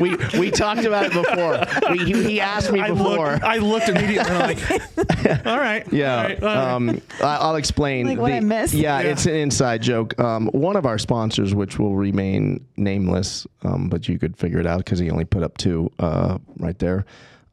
we we talked about it before. We, he, he asked me I before. looked, I looked immediately. and I'm like, all right. Yeah. all right, all right." Um, I- I'll explain. Like what I missed? Yeah, uh, Yeah. it's an inside joke. Um, one of our sponsors, which will remain nameless, um, but you could figure it out because he only put up two uh, right there.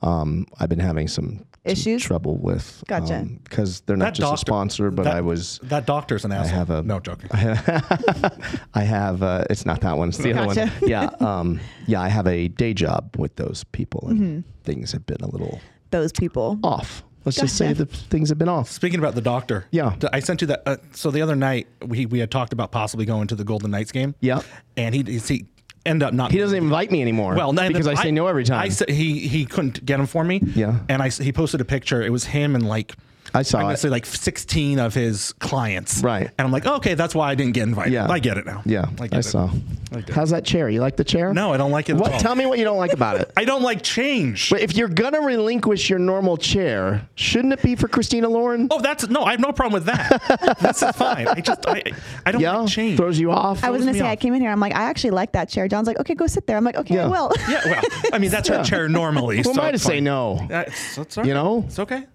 Um, I've been having some some Issues? trouble with. Gotcha. Because they're not That just a doctor- sponsor, but that- I was. That doctor's an asshole. have a- no I'm joking. I have. Uh, it's not that one. It's the other Gotcha. one. Yeah. Um, yeah. I have a day job with those people, and Mm-hmm. things have been a little Those people. off. Let's just say Gotcha. that things have been off. Speaking about the doctor, Yeah. th- I sent you that. Uh, so the other night we we had talked about possibly going to the Golden Knights game. Yeah. and he he end up not. He doesn't invite me anymore. Well, no, because I, say no every time. I said he he couldn't get them for me. Yeah. and I s- he posted a picture. It was him and like I saw I'm gonna it. say like 16 of his clients. Right. and I'm like, okay, that's why I didn't get invited. Yeah. I get it now. Yeah, I, I, get it. saw. get it. How's that chair? You like the chair? No, I don't like it. What? At all. Tell me what you don't like about it. I don't like change. But if you're gonna relinquish your normal chair, shouldn't it be for Christina Lauren? Oh, that's no. I have no problem with that. this is fine. I just I I don't yeah, like change. throws you off. I throws was gonna me say I off. came in here. I'm like, I actually like that chair. John's like, okay, go sit there. I'm like, okay, Yeah. I will. Yeah, well, I mean that's her chair normally. Who so am I to it's say fine. no? Uh, it's, it's all You right. know? it's okay.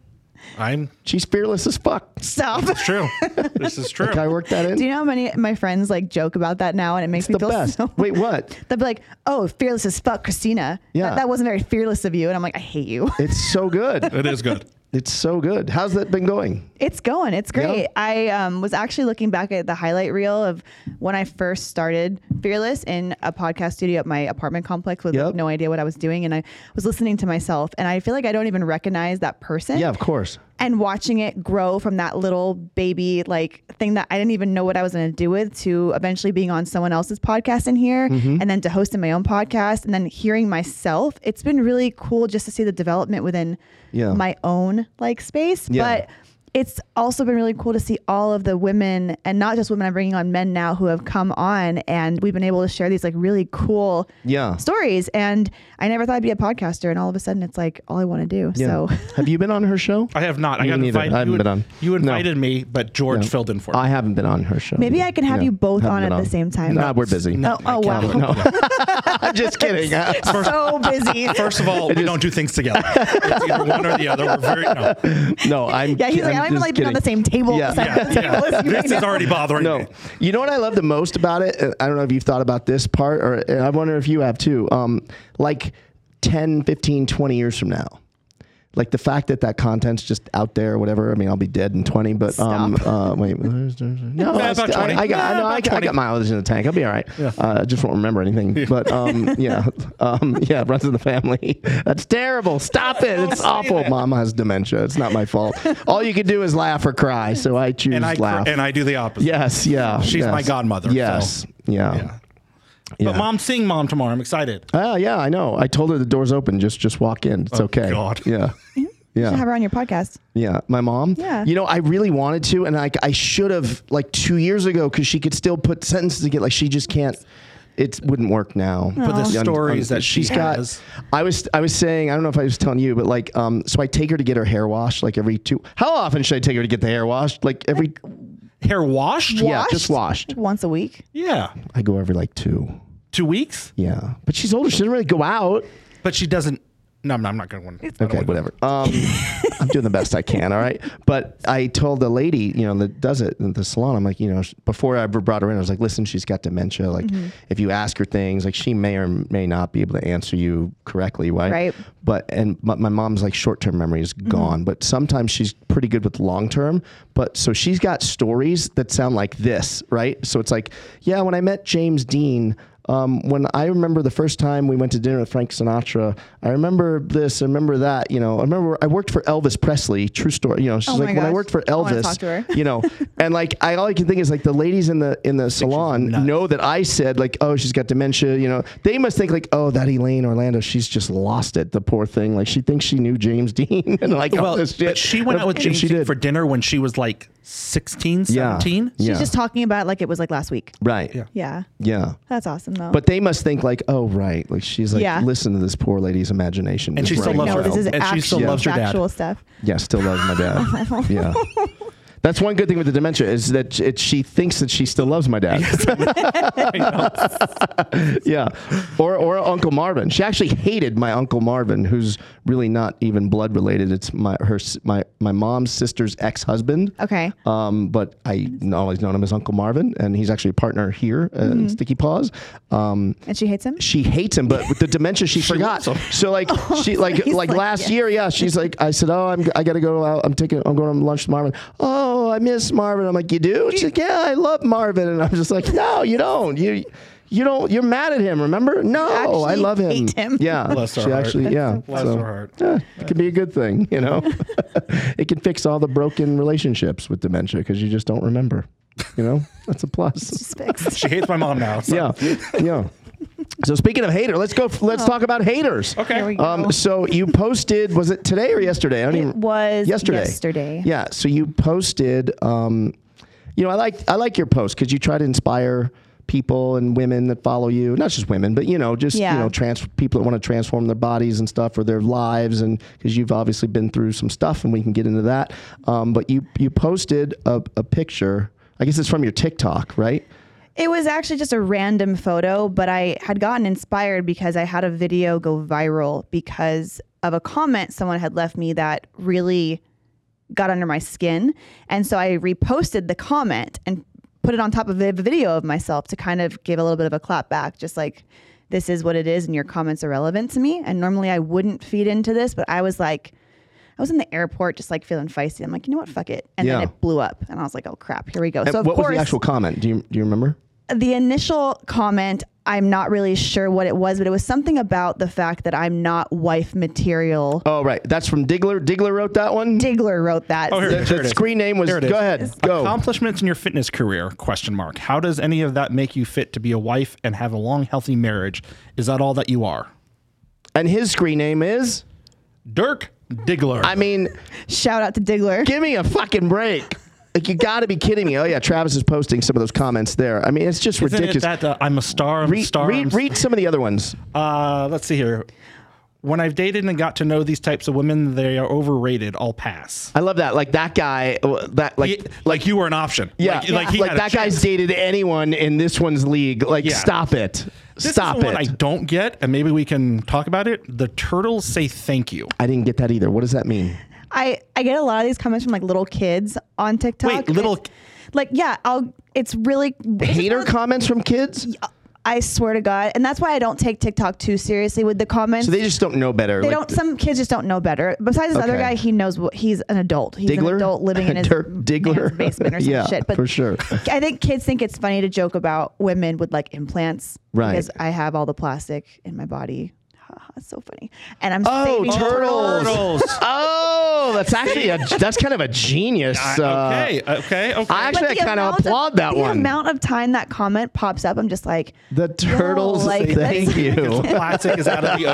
I'm She's fearless as fuck. Stop. true. this is true. Can I work that in? Do you know how many of my friends like joke about that now, and it makes the me feel best. so. Wait, what? They'll be like, "Oh, fearless as fuck, Christina. Yeah. that, that wasn't very fearless of you." And I'm like, "I hate you." It's so good. It is good. It's so good. How's that been going? It's going. It's great. I um, was actually looking back at the highlight reel of when I first started Fearless in a podcast studio at my apartment complex with like, Yep. no idea what I was doing, and I was listening to myself, and I feel like I don't even recognize that person. Yeah, of course. and watching it grow from that little baby like thing that I didn't even know what I was going to do with to eventually being on someone else's podcast in here Mm-hmm. and then to hosting my own podcast and then hearing myself it's been really cool just to see the development within Yeah. my own like space Yeah. but it's also been really cool to see all of the women and not just women I'm bringing on men now who have come on and we've been able to share these like really cool Yeah. stories and I never thought I'd be a podcaster and all of a sudden it's like all I want to do Yeah. so have you been on her show? I have not. I Me got neither. invited. I haven't you, been on. You No. invited me, but George No. filled in for me. I haven't been on her show. Maybe I can have Yeah. you both Haven't on been at the same time. Nah, we're busy. No, Oh, I wow. can't do it. No. I'm just kidding. so busy. First of all, we don't do things together. It's either one or the other. We're very no. no, I'm. yeah, he's like, I'm I don't even just like being kidding. on the same table. Yeah. beside Yeah, the table yeah. as you This right is now. already bothering me. No, you know what I love the most about it. And I don't know if you've thought about this part, or and I wonder if you have too. Um, like 10, 15, 20 years from now, like the fact that that content's just out there, whatever. I mean, I'll be dead in twenty, but um, uh, wait, no, Yeah, I, about st- I- 20. I got, I Yeah, know, I, about got- I 20. got mileage in the tank. I'll be all right. Uh, I just won't remember anything, but um, yeah, um, yeah, runs in the family. That's terrible. Stop it. It's say awful. that. Mom has dementia. It's not my fault. All you can do is laugh or cry. So I choose And I laugh. and I do the opposite. Yes, yeah. She's yes. my godmother, Yes. so- Yeah. Yeah. Um, yeah. But mom, seeing mom tomorrow, I'm excited. Ah, yeah, I know. I told her the door's open. Just just walk in. It's okay. Oh, God. Yeah. You should Yeah. have her on your podcast. Yeah. My mom. Yeah. You know, I really wanted to, and I I should have like two years ago because she could still put sentences together. Like she just can't. It wouldn't work now. But the Un- un- stories that she she's got- has. I was I was saying I don't know if I was telling you, but like um, so I take her to get her hair washed like every two. How often should I take her to get the hair washed? Like every. Hair washed? Yeah, just washed. Like once a week. Yeah. I go every like two. Two weeks? Yeah, but she's older. She doesn't really go out. But she doesn't. No, no I'm not going to. Okay, whatever. Um, I'm doing the best I can. All right, but I told the lady, you know, that does it in the salon. I'm like, you know, sh- before I ever brought her in, I was like, listen, she's got dementia. Like, if you ask her things, like she may or may not be able to answer you correctly, right? Right. But and but my mom's like short term memory is Mm-hmm. gone, but sometimes she's pretty good with long term. But so she's got stories that sound like this, right? So it's like, yeah, when I met James Dean. Um, when I remember the first time we went to dinner with Frank Sinatra, I remember this, I remember that, you know, I remember I worked for Elvis Presley, true story. You know, she's Oh like, my when I gosh. worked for I wanna Elvis, talk to her. you know, and like, I, all I can think is like the ladies in the, in the salon nuts. know that I said like, oh, she's got dementia, you know, they must think like, oh, that Elaine Orlando, she's just lost it. The poor thing. Like she thinks she knew James Dean and like all Well, this shit. but she went out with And James she Dean did. for dinner when she was like 16, yeah. 17. Yeah. She's just talking about it like it was like last week. right. Yeah. Yeah. Yeah. That's awesome though. But they must think like, oh, right. Like she's like, Yeah. listen to this poor lady's imagination. And is she still running loves no, her wild. this is And actual, she still loves her dad. actual stuff. Yeah, still loves my dad. yeah. That's one good thing with the dementia is that it, she thinks that she still loves my dad. yeah, or or Uncle Marvin. She actually hated my Uncle Marvin, who's really not even blood related. It's my her s- my my mom's sister's ex husband. Okay. Um, but I n- always known him as Uncle Marvin, and he's actually a partner here at Sticky Paws. Um, And she hates him? she hates him, but with the dementia, she, forgot. loves him. So like she like he's like like, last year, yeah, she's like I said, oh, I'm I gotta go out. I'm taking I'm going on lunch with Marvin. Oh, I miss Marvin. I'm like, you do? She's like, yeah, I love Marvin, and I'm just like, no, you don't. You you don't. You're mad at him. Remember? No, I actually love him. hate him. Yeah, Bless her she heart. actually That's yeah. so Bless So, her heart. yeah, it can be a good thing, you know. it can fix all the broken relationships with dementia because you just don't remember. You know, that's a plus. She's fixed. She hates my mom now. so- Yeah, yeah. So speaking of hater, let's go. Let's talk about haters. Okay. Oh. There we go. Um, so you posted was it today or yesterday? I don't it even. was yesterday. yesterday. Yeah. So you posted. Um, you know, I like I like your post because you try to inspire people and women that follow you, not just women, but you know, just Yeah. you know, trans people that want to transform their bodies and stuff or their lives, and because you've obviously been through some stuff, and we can get into that. Um, but you you posted a, a picture. I guess it's from your TikTok, right? It was actually just a random photo, but I had gotten inspired because I had a video go viral because of a comment someone had left me that really got under my skin. And so I reposted the comment and put it on top of a video of myself to kind of give a little bit of a clap back, just like, this is what it is, and your comments are relevant to me. And normally I wouldn't feed into this, but I was like, I was in the airport just like feeling feisty. I'm like, you know what? Fuck it. And then Yeah. it blew up. And I was like, oh crap, here we go. And so, of what course, was the actual comment? Do you do you remember? the initial comment i'm not really sure what it was but it was something about the fact that i'm not wife material Oh, right. That's from Diggler. Diggler wrote that one. digler wrote that Oh, here, The- here the it is. screen name was- There it is. go ahead, go. Accomplishments in your fitness career? Question mark. How does any of that make you fit to be a wife and have a long, healthy marriage? Is that all that you are? And his screen name is. Dirk Diggler. I mean, shout out to digler give me a fucking break. Like you got to be kidding me. Oh yeah, Travis is posting some of those comments there. I mean, it's just Isn't ridiculous. it that uh, I'm a star? I'm a read, star. I'm read, a read some of the other ones. Uh, let's see here. When I've dated and got to know these types of women, they are overrated. I'll pass. I love that. Like that guy. uh, That like. He- like you were an option. yeah, like, like he had a that chance. guy's dated anyone in this one's league. Like, Yeah. stop it, This is stop the it. One I don't get, and maybe we can talk about it. The turtles say thank you. I didn't get that either. What does that mean? i i get a lot of these comments from like little kids on tiktok Wait, little- It's- like yeah i'll it's really Hater comments from kids? i swear to god and that's why i don't take tiktok too seriously with the comments So they, they just don't know better. like, don't some kids just don't know better besides this other Okay. guy he knows what he's an adult he's an Diggler? adult living in his Dirk man's Diggler? basement or some Yeah, shit but for sure. I think kids think it's funny to joke about women with like implants. Right. Because I have all the plastic in my body. That's so funny. And I'm Oh, saving turtles. Turtles. Oh, that's actually a that's kind of a genius. uh, okay, okay, okay. I actually But the kind of amount applaud that the one. amount of time that comment pops up, I'm just like, the turtles. like, thank that's- you. Plastic is out of the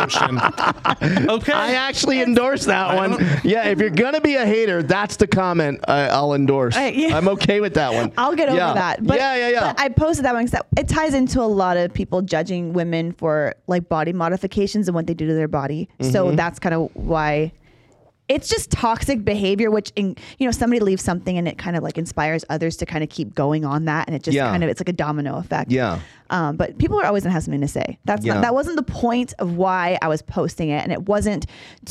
ocean. Okay. I actually endorse that one. don't- Yeah, if you're gonna be a hater, that's the comment I, I'll endorse. Uh, yeah. I'm okay with that one. I'll get over Yeah. that. But, yeah, yeah, yeah. But I posted that one because it ties into a lot of people judging women for like body modifications and what they do to their body. Mm-hmm. So that's kind of why it's just toxic behavior, which in, you know somebody leaves something and it kind of like inspires others to kind of keep going on that, and it just Yeah. kind of it's like a domino effect. Yeah. Um, but people are always gonna have something to say. That's Yeah. not, that wasn't the point of why I was posting it, and it wasn't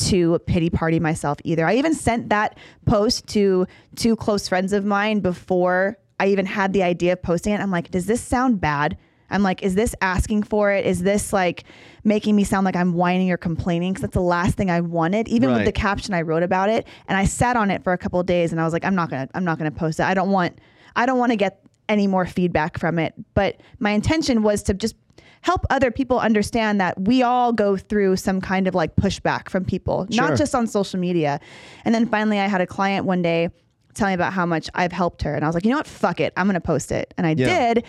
to pity party myself either. I even sent that post to two close friends of mine before I even had the idea of posting it. I'm like, does this sound bad? I'm like, is this asking for it? Is this like making me sound like I'm whining or complaining? Because that's the last thing I wanted. Even with the Right. caption I wrote about it, and I sat on it for a couple of days, and I was like, I'm not gonna, I'm not gonna post it. I don't want, I don't want to get any more feedback from it. But my intention was to just help other people understand that we all go through some kind of like pushback from people, Sure. not just on social media. And then finally, I had a client one day tell me about how much I've helped her, and I was like, you know what, fuck it, I'm gonna post it, and I Yeah. did.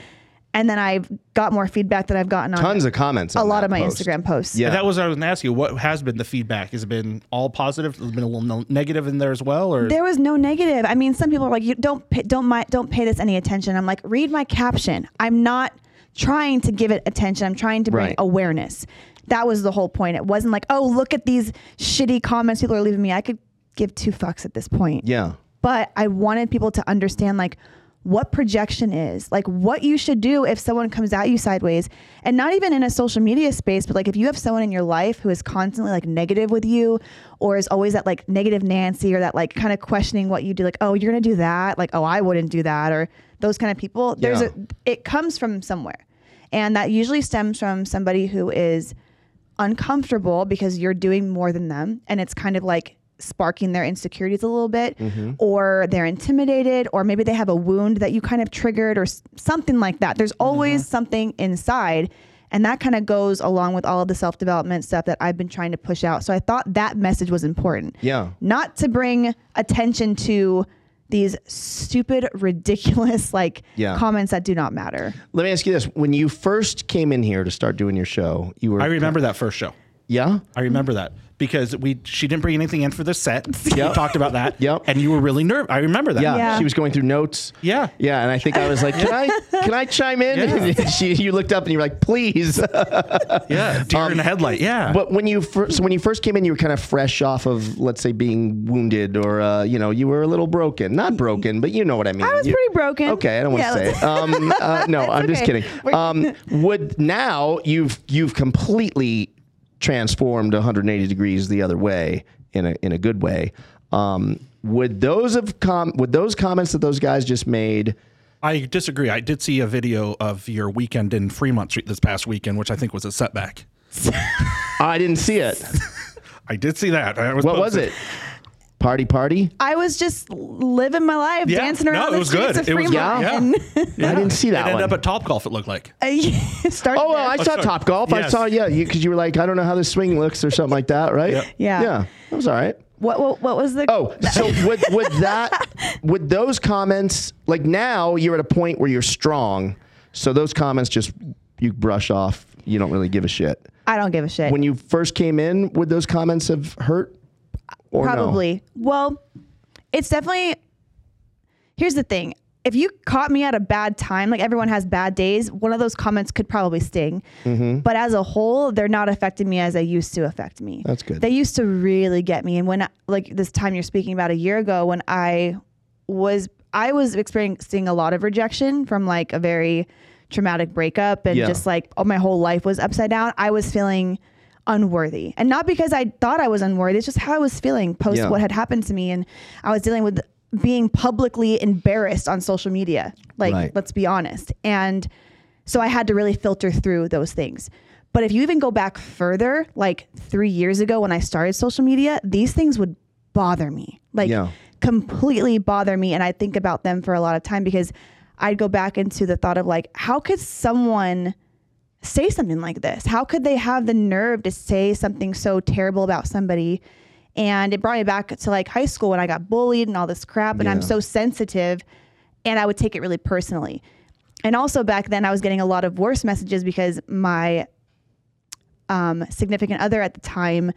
And then I've got more feedback that I've gotten on Tons of comments. a on lot that of my post. Instagram posts. Yeah. That was what I was going to ask you. What has been the feedback? Has it been all positive? Has it been a little no- negative in there as well? Or There was no negative. I mean, some people are like, "You don't pay, don't my, don't pay this any attention." I'm like, read my caption. I'm not trying to give it attention. I'm trying to bring Right. awareness. That was the whole point. It wasn't like, "Oh, look at these shitty comments people are leaving me." I could give two fucks at this point. Yeah. but I wanted people to understand like what projection is, like what you should do if someone comes at you sideways, and not even in a social media space, but like if you have someone in your life who is constantly like negative with you, or is always that like negative Nancy or that like kind of questioning what you do, like oh you're gonna do that, like oh I wouldn't do that, or those kind of people. There's Yeah. a it comes from somewhere, and that usually stems from somebody who is uncomfortable because you're doing more than them and it's kind of like sparking their insecurities a little bit Mm-hmm. or they're intimidated or maybe they have a wound that you kind of triggered or s- something like that there's Mm-hmm. always something inside and that kind of goes along with all of the self-development stuff that I've been trying to push out so I thought that message was important Yeah. not to bring attention to these stupid ridiculous like Yeah. comments that do not matter Let me ask you this: When you first came in here to start doing your show, you were I remember that first show. yeah. I remember that because we she didn't bring anything in for the set. We talked about that. Yep. And you were really nervous. I remember that. yeah, Yeah. She was going through notes. Yeah. yeah. And I think I was like, "Can I? Can I chime in?" Yeah. she, you looked up and you were like, "Please." Yeah. Um, Deer in the headlight. Yeah. But when you first, so when you first came in, you were kind of fresh off of, let's say, being wounded, or uh, you know, you were a little broken. Not broken, but you know what I mean. I was pretty broken. Okay, I don't want Yeah, to say it. Um, uh, no, I'm just okay. kidding. Um, would now you've you've completely transformed 180 degrees the other way in a in a good way. Um, would those of com would those comments that those guys just made? I disagree. I did see a video of your weekend in Fremont Street this past weekend, which I think was a setback. I didn't see it. I did see that. I was What was posted. it? Party party. I was just living my life, Yeah. dancing No, around it the was streets good. of It was- Fremont. yeah. and I didn't see that it one. ended up at Top Golf, it looked like. I started. Oh, well, there. I saw sorry. Top Golf. I Yes. saw, yeah, because you, were like, I don't know how this swing looks or something like that, right? Yeah. Yeah, that was all right. what, what what was the? Oh, so would, would that, would those comments, like now you're at a point where you're strong. So those comments just, you brush off. You don't really give a shit. I don't give a shit. When you first came in, would those comments have hurt? Or no? Probably. Well, it's definitely. Here's the thing. If you caught me at a bad time, like everyone has bad days, one of those comments could probably sting. Mm-hmm. But as a whole, they're not affecting me as they used to affect me. That's good. They used to really get me. And when, I- like this time you're speaking about a year ago, when I was, I was experiencing a lot of rejection from like a very traumatic breakup and Yeah. just like oh, my whole life was upside down. I was feeling unworthy. And not because I thought I was unworthy, it's just how I was feeling post Yeah. what had happened to me. And I was dealing with being publicly embarrassed on social media. Like, Right. let's be honest. And so I had to really filter through those things. But if you even go back further, like three years ago when I started social media, these things would bother me. Like, Yeah. completely bother me. And I think about them for a lot of time because I'd go back into the thought of like, how could someone say something like this? How could they have the nerve to say something so terrible about somebody? And it brought me back to like high school when I got bullied and all this crap. And I'm Yeah. so sensitive and I would take it really personally. And also back then, I was getting a lot of worse messages because my um, significant other at the time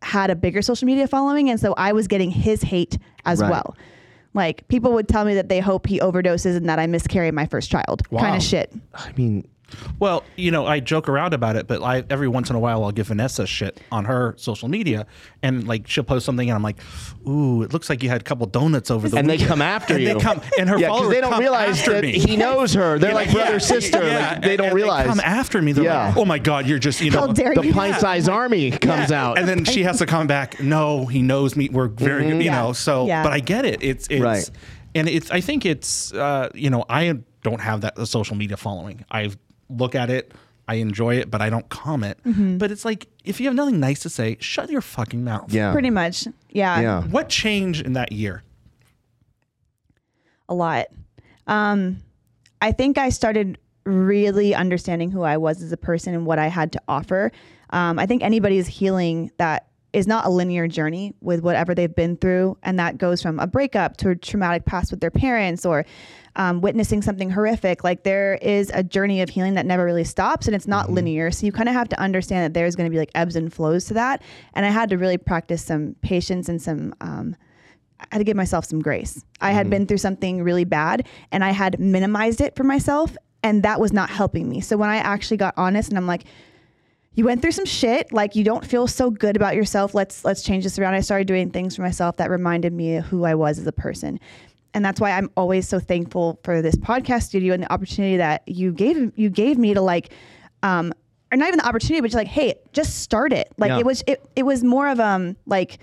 had a bigger social media following. And so I was getting his hate as Right. well. Like people would tell me that they hope he overdoses and that I miscarry my first child kind Wow. of shit. I mean, Well, you know, I joke around about it, but I every once in a while I'll give Vanessa shit on her social media, and like she'll post something, and I'm like, "Ooh, it looks like you had a couple donuts over the and they weekend." come after and you. They come, and her yeah, followers they don't come realize after that me. he knows her. They're like Yeah, brother yeah, sister. yeah, Like, they and- don't and realize. Come after me. They're Yeah. like, "Oh my god, you're just you know." How dare the you? pint sized army comes Yeah. out. and then she has to come back. No, he knows me. We're very good, you Yeah. know. So, Yeah. but I get it. It's it's Mm-hmm. Right. and it's. I think it's. Uh, you know, I don't have that social media following. I look at it. I enjoy it, but I don't comment. Mm-hmm. But it's like if you have nothing nice to say, shut your fucking mouth. yeah. Pretty much. Yeah. Yeah. What changed in that year? A lot. Um, I think I started really understanding who I was as a person and what I had to offer. Um, I think anybody is healing that is not a linear journey with whatever they've been through. And that goes from a breakup to a traumatic past with their parents or um, witnessing something horrific. Like there is a journey of healing that never really stops and it's not linear. So you kind of have to understand that there's going to be like ebbs and flows to that. And I had to really practice some patience and some. Um, I had to give myself some grace. I had been through something really bad and I had minimized it for myself, and that was not helping me. So when I actually got honest and I'm like, you went through some shit like you don't feel so good about yourself let's let's change this around i started doing things for myself that reminded me of who i was as a person and that's why i'm always so thankful for this podcast studio and the opportunity that you gave you gave me to like um or not even the opportunity but just like hey just start it like Yeah. it was it, it was more of um like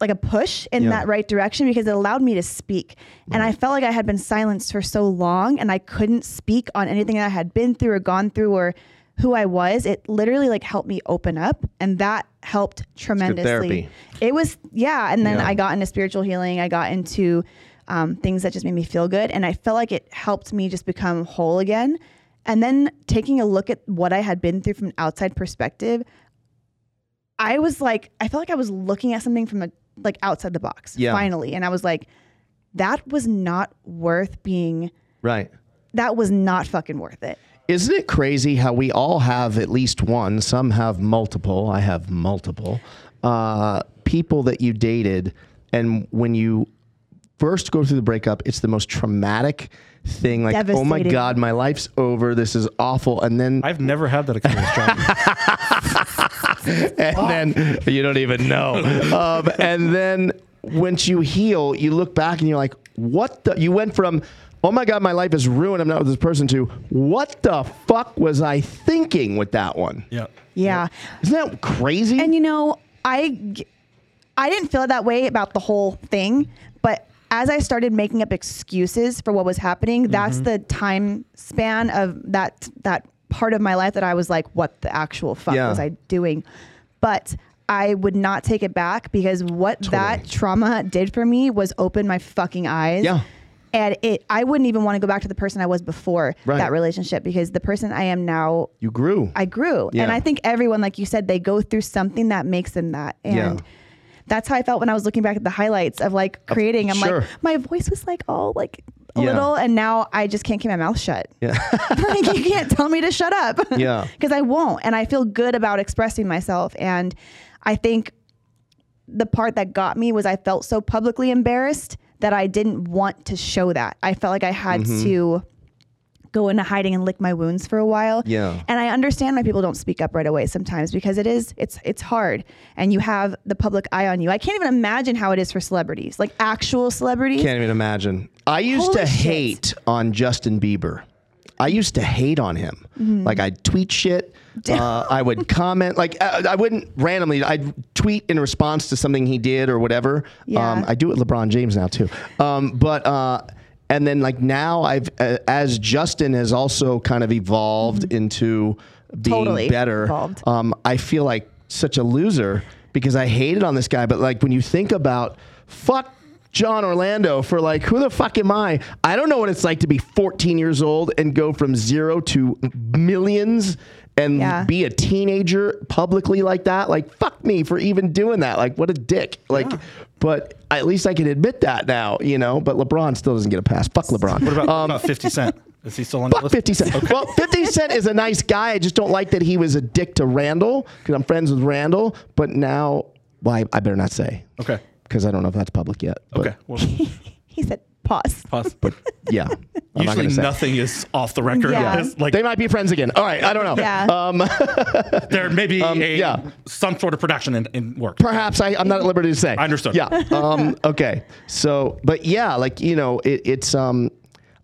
like a push in Yeah. that right direction because it allowed me to speak. And I felt like I had been silenced for so long and I couldn't speak on anything that I had been through or gone through or who I was. It literally like helped me open up and that helped tremendously. therapy. It was yeah, and then Yeah. I got into spiritual healing. I got into um, things that just made me feel good and I felt like it helped me just become whole again. And then taking a look at what I had been through from an outside perspective, I was like, I felt like I was looking at something from a like outside the box Yeah. finally, and I was like, that was not worth being. Right. That was not fucking worth it. Isn't it crazy how we all have at least one? Some have multiple. I have multiple uh, people that you dated, and when you first go through the breakup, it's the most traumatic thing. Like, oh my Devastating. god, my life's over. This is awful. And then, I've never had that experience, John. and then you don't even know. um, and then once you heal, you look back and you're like, what the? You went from. Oh my God, my life is ruined. I'm not with this person. To what the fuck was I thinking with that one? yeah. Yeah, Isn't that crazy? and you know, I g- I didn't feel that way about the whole thing, but as I started making up excuses for what was happening, Mm-hmm. that's the time span of that that part of my life that I was like, what the actual fuck Yeah. was I doing? But I would not take it back because what that trauma did for me was open my fucking eyes. Yeah. And it I wouldn't even want to go back to the person I was before Right. that relationship because the person I am now you grew. I grew. Yeah. And I think everyone, like you said, they go through something that makes them that. Yeah. And that's how I felt when I was looking back at the highlights of like creating. I'm sure. like, my voice was like all like a Yeah. little, and now I just can't keep my mouth shut. yeah. like, you can't tell me to shut up. Yeah. Because I won't. And I feel good about expressing myself. And I think the part that got me was I felt so publicly embarrassed that I didn't want to show that. I felt like I had Mm-hmm. to go into hiding and lick my wounds for a while. Yeah. And I understand why people don't speak up right away sometimes because it is it's it's hard and you have the public eye on you. I can't even imagine how it is for celebrities, like actual celebrities. Can't even imagine. I used Holy to shit. hate on Justin Bieber. I used to hate on him. Mm-hmm. Like I'd tweet shit. Uh, I would comment. Like I, I wouldn't randomly. I'd tweet in response to something he did or whatever. Yeah. Um, I do it with LeBron James now too. Um, but uh, and then like now I've uh, as Justin has also kind of evolved into being Mm-hmm. Totally better. evolved. um, I feel like such a loser because I hated on this guy. But like when you think about fuck John Orlando for like who the fuck am I? I don't know what it's like to be 14 years old and go from zero to millions and Yeah. be a teenager publicly like that. Like fuck me for even doing that. Like what a dick. Like. But at least I can admit that now, you know. But LeBron still doesn't get a pass. Fuck LeBron. Um, What about, about 50 Cent? Is he still on the Fuck list? 50 Cent. Well, 50 Cent is a nice guy. I just don't like that he was a dick to Randall because I'm friends with Randall. But now, well, I, I better not say Okay. because I don't know if that's public yet. But, Okay. Well, He said, pause. pause. But yeah, I'm not Usually going to say. nothing is off the record. Yeah. It's Like They might be friends again. All right, I don't know. Yeah. Um, there may be a, yeah. some sort of production in, in work. perhaps I, I'm not at liberty to say. I understood. Yeah. Um, okay. So, but yeah, like you know, it, it's um,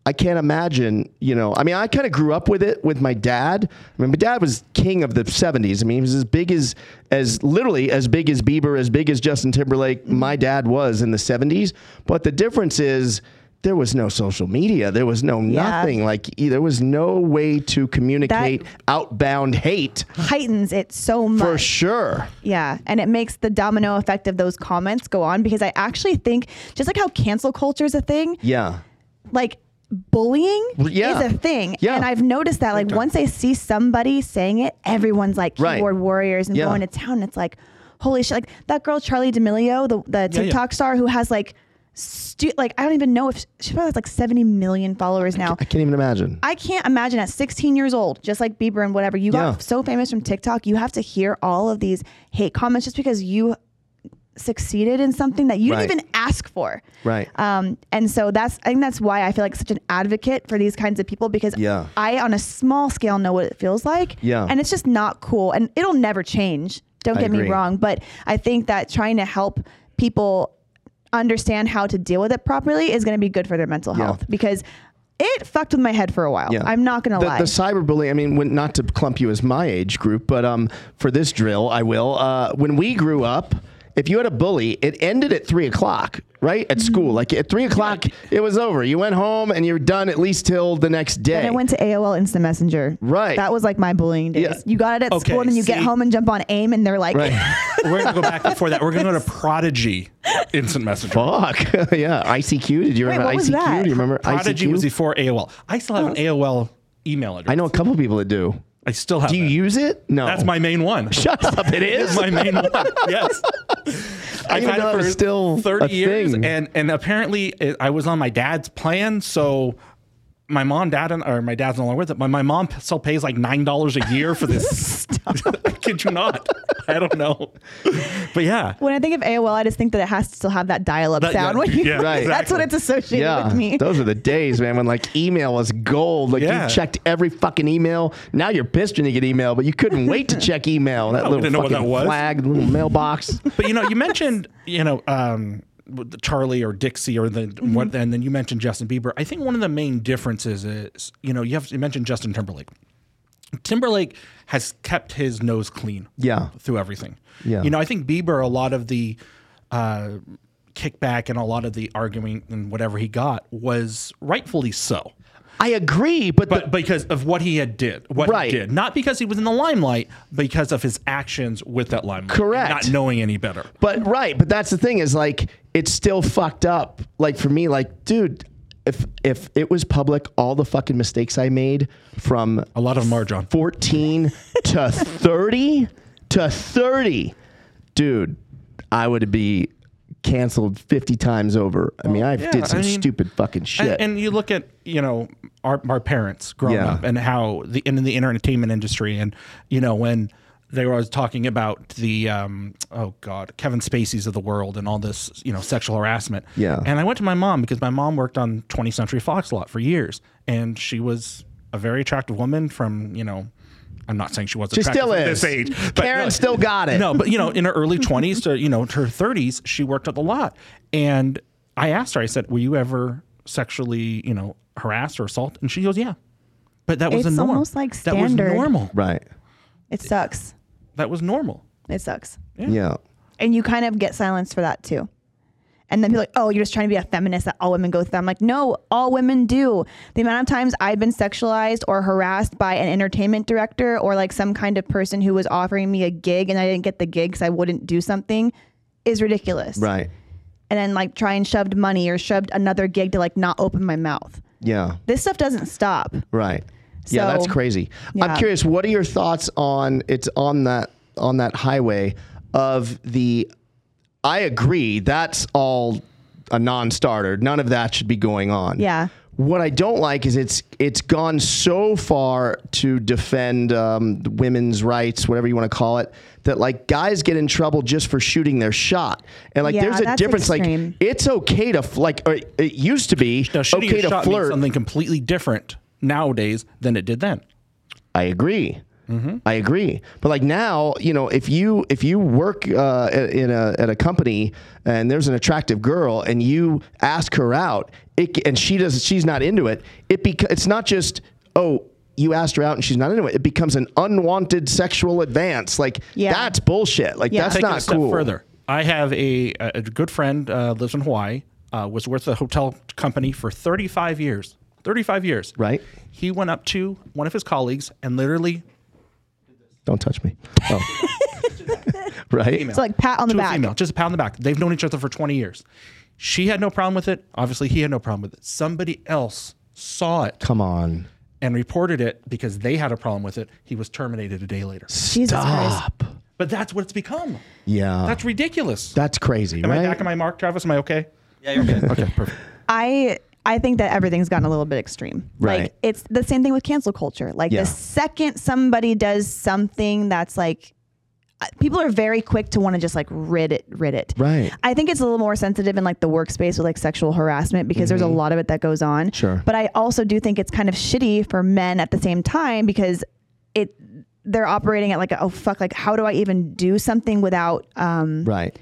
I can't imagine. You know, I mean, I kind of grew up with it with my dad. I mean, my dad was king of the '70s. I mean, he was as big as as literally as big as Bieber, as big as Justin Timberlake. My dad was in the '70s. But the difference is. There was no social media. There was no Yeah. nothing. Like e- there was no way to communicate outbound hate Heightens it so much. for sure. Yeah, and it makes the domino effect of those comments go on because I actually think just like how cancel culture is a thing, Yeah. like bullying yeah. is a thing. Yeah. And I've noticed that like once I see somebody saying it, everyone's like Right. keyboard warriors and Yeah. going to town. It's like, holy shit. Like that girl Charlie D'Amelio, the, the yeah. TikTok star who has like stu- like I don't even know if she probably has like 70 million followers now. I can't even imagine. I can't imagine at 16 years old, just like Bieber and whatever, you Yeah. got so famous from TikTok, you have to hear all of these hate comments just because you succeeded in something that you Right. didn't even ask for. Right. Um, and so that's I think that's why I feel like such an advocate for these kinds of people because Yeah. I on a small scale know what it feels like. Yeah. And it's just not cool and it'll never change. Don't I get me agree. wrong, but I think that trying to help people understand how to deal with it properly is going to be good for their mental Yeah. health because it fucked with my head for a while. I'm not going to the, lie. The cyberbullying. I mean, when, not to clump you as my age group, but um, for this drill, I will. Uh, when we grew up, if you had a bully, it ended at three o'clock, right Mm-hmm. at school. Like at three o'clock, it was over. You went home and you're done at least till the next day. And I went to AOL Instant Messenger. Right. That was like my bullying days. Yeah. You got it at Okay, school, and then you get see? home and jump on AIM, and they're like, right. We're gonna go back before that. We're gonna go to Prodigy instant messenger. Fuck. yeah. ICQ. Did you remember what ICQ? was that? Do you remember Prodigy ICQ? was before AOL. I still have an AOL email address. I know a couple people that do. I still have. Do you that. use it? No. That's my main one. Shut up. It It's is. my main one. Yes. I've didn't had know it it for was still thirty a years, thing. and and apparently it, I was on my dad's plan, so. My mom, dad, and or my dad's no longer with it, but my mom still pays like nine dollars a year for this. I kid you not. I don't know, but yeah, when I think of AOL, I just think that it has to still have that dial up That- sound. yeah, when you, yeah, Right. That's what exactly. it's associated yeah, with me. those are the days, man, when like email was gold. Like Yeah. you checked every fucking email. Now you're pissed when you get email, but you couldn't wait to check email. That No, we little didn't know what fucking that was. flag, little mailbox. But you know, you mentioned you know um, with the Charlie or Dixie or the Mm-hmm. what, and then you mentioned Justin Bieber. I think one of the main differences is you know you have you mentioned Justin Timberlake. Timberlake has kept his nose clean. Yeah. Through everything. Yeah. You know, I think Bieber a lot of the uh, kickback and a lot of the arguing and whatever he got was rightfully so. I agree, but, But because of what he had did, what Right. he did, not because he was in the limelight, because of his actions with that limelight, and Correct. Not knowing any better. But right, but that's the thing is like it's still fucked up. Like for me, like dude, if if it was public, all the fucking mistakes I made from A lot of margin. 14 to 30 to 30, dude, I would be canceled 50 times over. I mean, I I did some mean- stupid fucking shit. And, and you look at you know our our parents growing Yeah. up and how the and in the entertainment industry and you know when they were always talking about the um, oh god Kevin Spacey's of the world and all this you know sexual harassment. Yeah. And I went to my mom because my mom worked on 20th Century Fox a lot for years, and she was a very attractive woman from you know. I'm not saying she was. She still at is. This age, Karen still got it. No, but you know, in her early 20s to you know to her 30s, she worked at the lot. And I asked her, I said, "Were you ever sexually, you know, harassed or assaulted?" And she goes, "Yeah." But that was It's a norm. almost like That was standard. normal. right. It sucks. That was normal. It sucks. Yeah. And you kind of get silenced for that too. And then people are like, oh, you're just trying to be a feminist that all women go through. I'm like, no, all women do. The amount of times I've been sexualized or harassed by an entertainment director or like some kind of person who was offering me a gig and I didn't get the gig because I wouldn't do something is ridiculous. Right. And then like try and shoved money or shoved another gig to like not open my mouth. Yeah. This stuff doesn't stop. Right. yeah, that's So- crazy. Yeah. I'm curious, what are your thoughts on it's on that on that highway of the I agree, that's all a non-starter. None of that should be going on. Yeah. What I don't like is it's it's gone so far to defend um, women's rights, whatever you want to call it, that like guys get in trouble just for shooting their shot, and like Yeah, there's a that's difference. extreme. Like it's okay to f- like or it used to be Now, shooting okay your to shot means flirt. something completely different nowadays than it did then. I agree. Mm-hmm. I agree. But like now, you know, if you if you work uh, at- in a at a company and there's an attractive girl and you ask her out, it c- and she does she's not into it, it beca- it's not just oh you asked her out and she's not into it. It becomes an unwanted sexual advance. Like Yeah. that's bullshit. Like Yeah. that's Take it not a step cool. further. I have a, a a good friend uh, lives in Hawaii. Uh, was with a hotel company for 35 years. 35 years. Right. He went up to one of his colleagues and literally Don't touch me. Oh. right. So like pat on the to back. a female, just a pat on the back. They've known each other for 20 years. She had no problem with it. Obviously, he had no problem with it. Somebody else saw it Come on. and reported it because they had a problem with it. He was terminated a day later. Jesus Christ. Stop. But that's what it's become. Yeah. That's That's, ridiculous. crazy, am right? I back? Am I mark, Travis? Am I okay? Yeah, you're good. Okay, perfect. I I think that everything's gotten a little bit extreme. Right. Like it's the same thing with cancel culture. Like Yeah. the second somebody does something that's like uh, people are very quick to want to just like rid it, rid it. Right. I think it's a little more sensitive in like the workspace with like sexual harassment because there's a lot of it that goes on. Mm-hmm. Sure. But I also do think it's kind of shitty for men at the same time because it they're operating at like a, oh fuck like how do I even do something without um Right.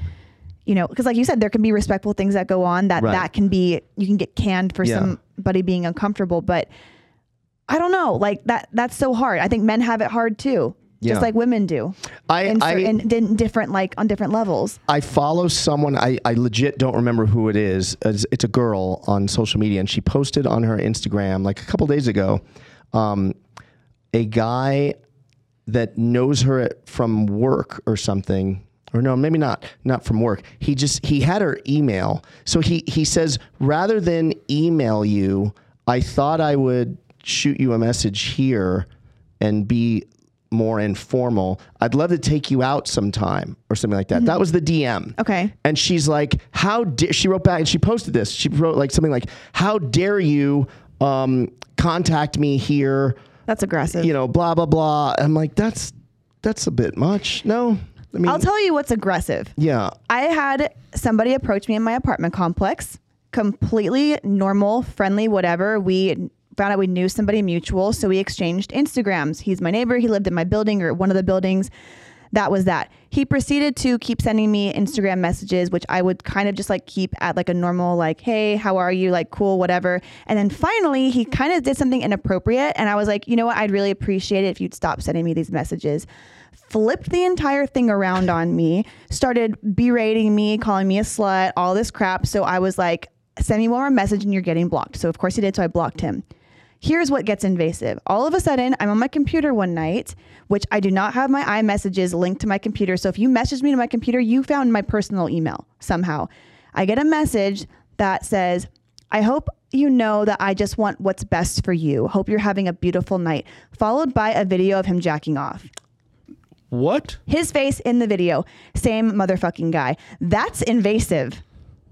you know because like you said there can be respectful things that go on that Right. that can be you can get canned for Yeah. somebody being uncomfortable but I don't know like that that's so hard I think men have it hard too Yeah. just like women do I- in, cer- I- in, in different like on different levels I follow someone. I, I legit don't remember who it is. It's it's a girl on social media, and she posted on her Instagram like a couple days ago, um, a guy that knows her at- from work or something. Or no, maybe not. Not from work. He just he had her email. So he he says rather than email you, I thought I would shoot you a message here and be more informal. I'd love to take you out sometime or something like that. That was the DM. Okay. And she's like, "How dare?" She wrote back and she posted this. She wrote like something like, "How dare you um, contact me here?" that's aggressive You know, blah blah blah. I'm like, that's that's a bit much. No, I mean, I'll tell you what's aggressive yeah, I had somebody approach me in my apartment complex, completely normal, friendly, whatever. We found out we knew somebody mutual, so we exchanged Instagrams. He's my neighbor, he lived in my building or one of the buildings. That was that. He proceeded to keep sending me Instagram messages, which I would kind of just like keep at like a normal, like, hey, how are you? Like, cool, whatever. And then finally, he kind of did something inappropriate. And I was like, you know what? I'd really appreciate it if you'd stop sending me these messages flipped the entire thing around on me, started berating me, calling me a slut, all this crap. So I was like, send me one more message and you're getting blocked. So of course he did. So I blocked him. Here's what gets invasive. All of a sudden, I'm on my computer one night, which I do not have my iMessages linked to my computer. So if you messaged me to my computer, you found my personal email somehow. I get a message that says, I hope you know that I just want what's best for you. Hope you're having a beautiful night, followed by a video of him jacking off. What? His face in the video, same motherfucking guy. That's invasive.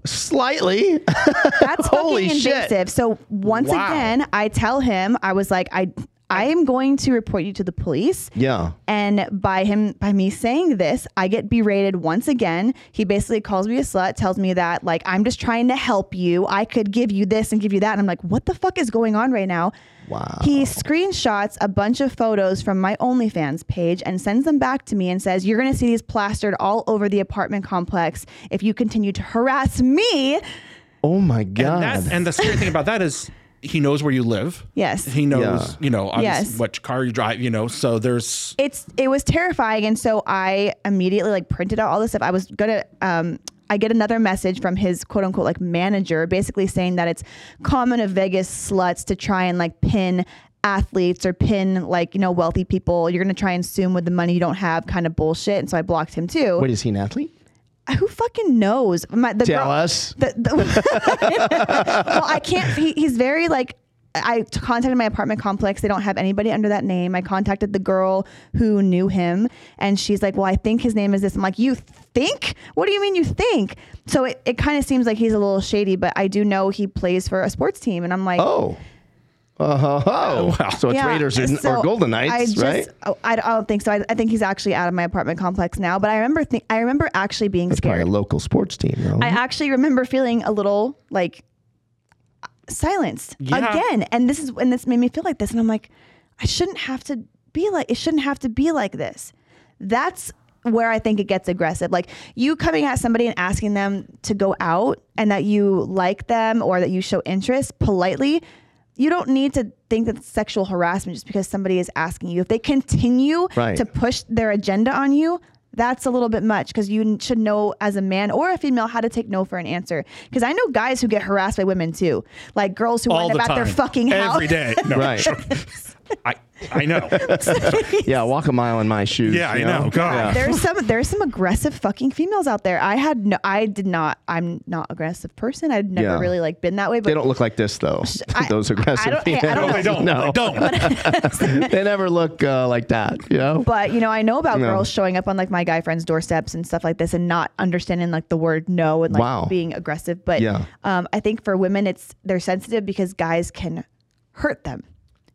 slightly. That's Holy fucking shit. invasive. So once Wow. again, I tell him I was like, I I am going to report you to the police. yeah, And by him by me saying this, I get berated once again. He basically calls me a slut, tells me that like I'm just trying to help you. I could give you this and give you that. And I'm like, what the fuck is going on right now? Wow. He screenshots a bunch of photos from my OnlyFans page and sends them back to me and says, You're gonna see these plastered all over the apartment complex if you continue to harass me. Oh my And, god. that, and the scary thing about that is he knows where you live. Yes. He knows, Yeah. you know, obviously Yes. what car you drive, you know. So there's it's it was terrifying and so i immediately like printed out all this stuff i was gonna um i get another message from his quote unquote like manager basically saying that it's common of vegas sluts to try and like pin athletes or pin like you know wealthy people you're gonna try and sue with the money you don't have kind of bullshit and so i blocked him too Wait, is he an athlete? who fucking knows My, the Tell girl- us. the, the- well, I can't. He, he's very like. I t- contacted my apartment complex. They don't have anybody under that name. I contacted the girl who knew him, and she's like, "Well, I think his name is this." I'm like, "You think? What do you mean you think?" So it, it kind of seems like he's a little shady, but I do know he plays for a sports team, and I'm like, Oh. Uh-huh. Oh, wow. so it's yeah, Raiders or, so or Golden I Knights, just- right? oh, I, don't- I don't think so. I, I think he's actually out of my apartment complex now. But I remember, th- I remember actually being It's probably scared. a local sports team, though. I actually remember feeling a little like silenced Yeah. again. And this is and this made me feel like this. And I'm like, I shouldn't have to be like it shouldn't have to be like this. That's where I think it gets aggressive. Like you coming at somebody and asking them to go out and that you like them or that you show interest politely. You don't need to think that it's sexual harassment just because somebody is asking you. If they continue Right. to push their agenda on you, that's a little bit much because you n- should know as a man or a female how to take no for an answer. Because I know guys who get harassed by women too, like girls who all the wind up time. at their fucking house. Every day. No, Right. I, I know. yeah, walk a mile in my shoes. Yeah, you I know. God. Yeah. There's some there's some aggressive fucking females out there. I had no, I did not. I'm not aggressive person. I've never Yeah. really like been that way. But They don't look like this though. I- Those aggressive. I don't- hey, I don't No, they don't. No, They don't. they never look uh, like that. You know. But you know, I know about No. girls showing up on like my guy friends' doorsteps and stuff like this, and not understanding like the word no and like Wow. being aggressive. But Yeah. um, I think for women, it's they're sensitive because guys can hurt them.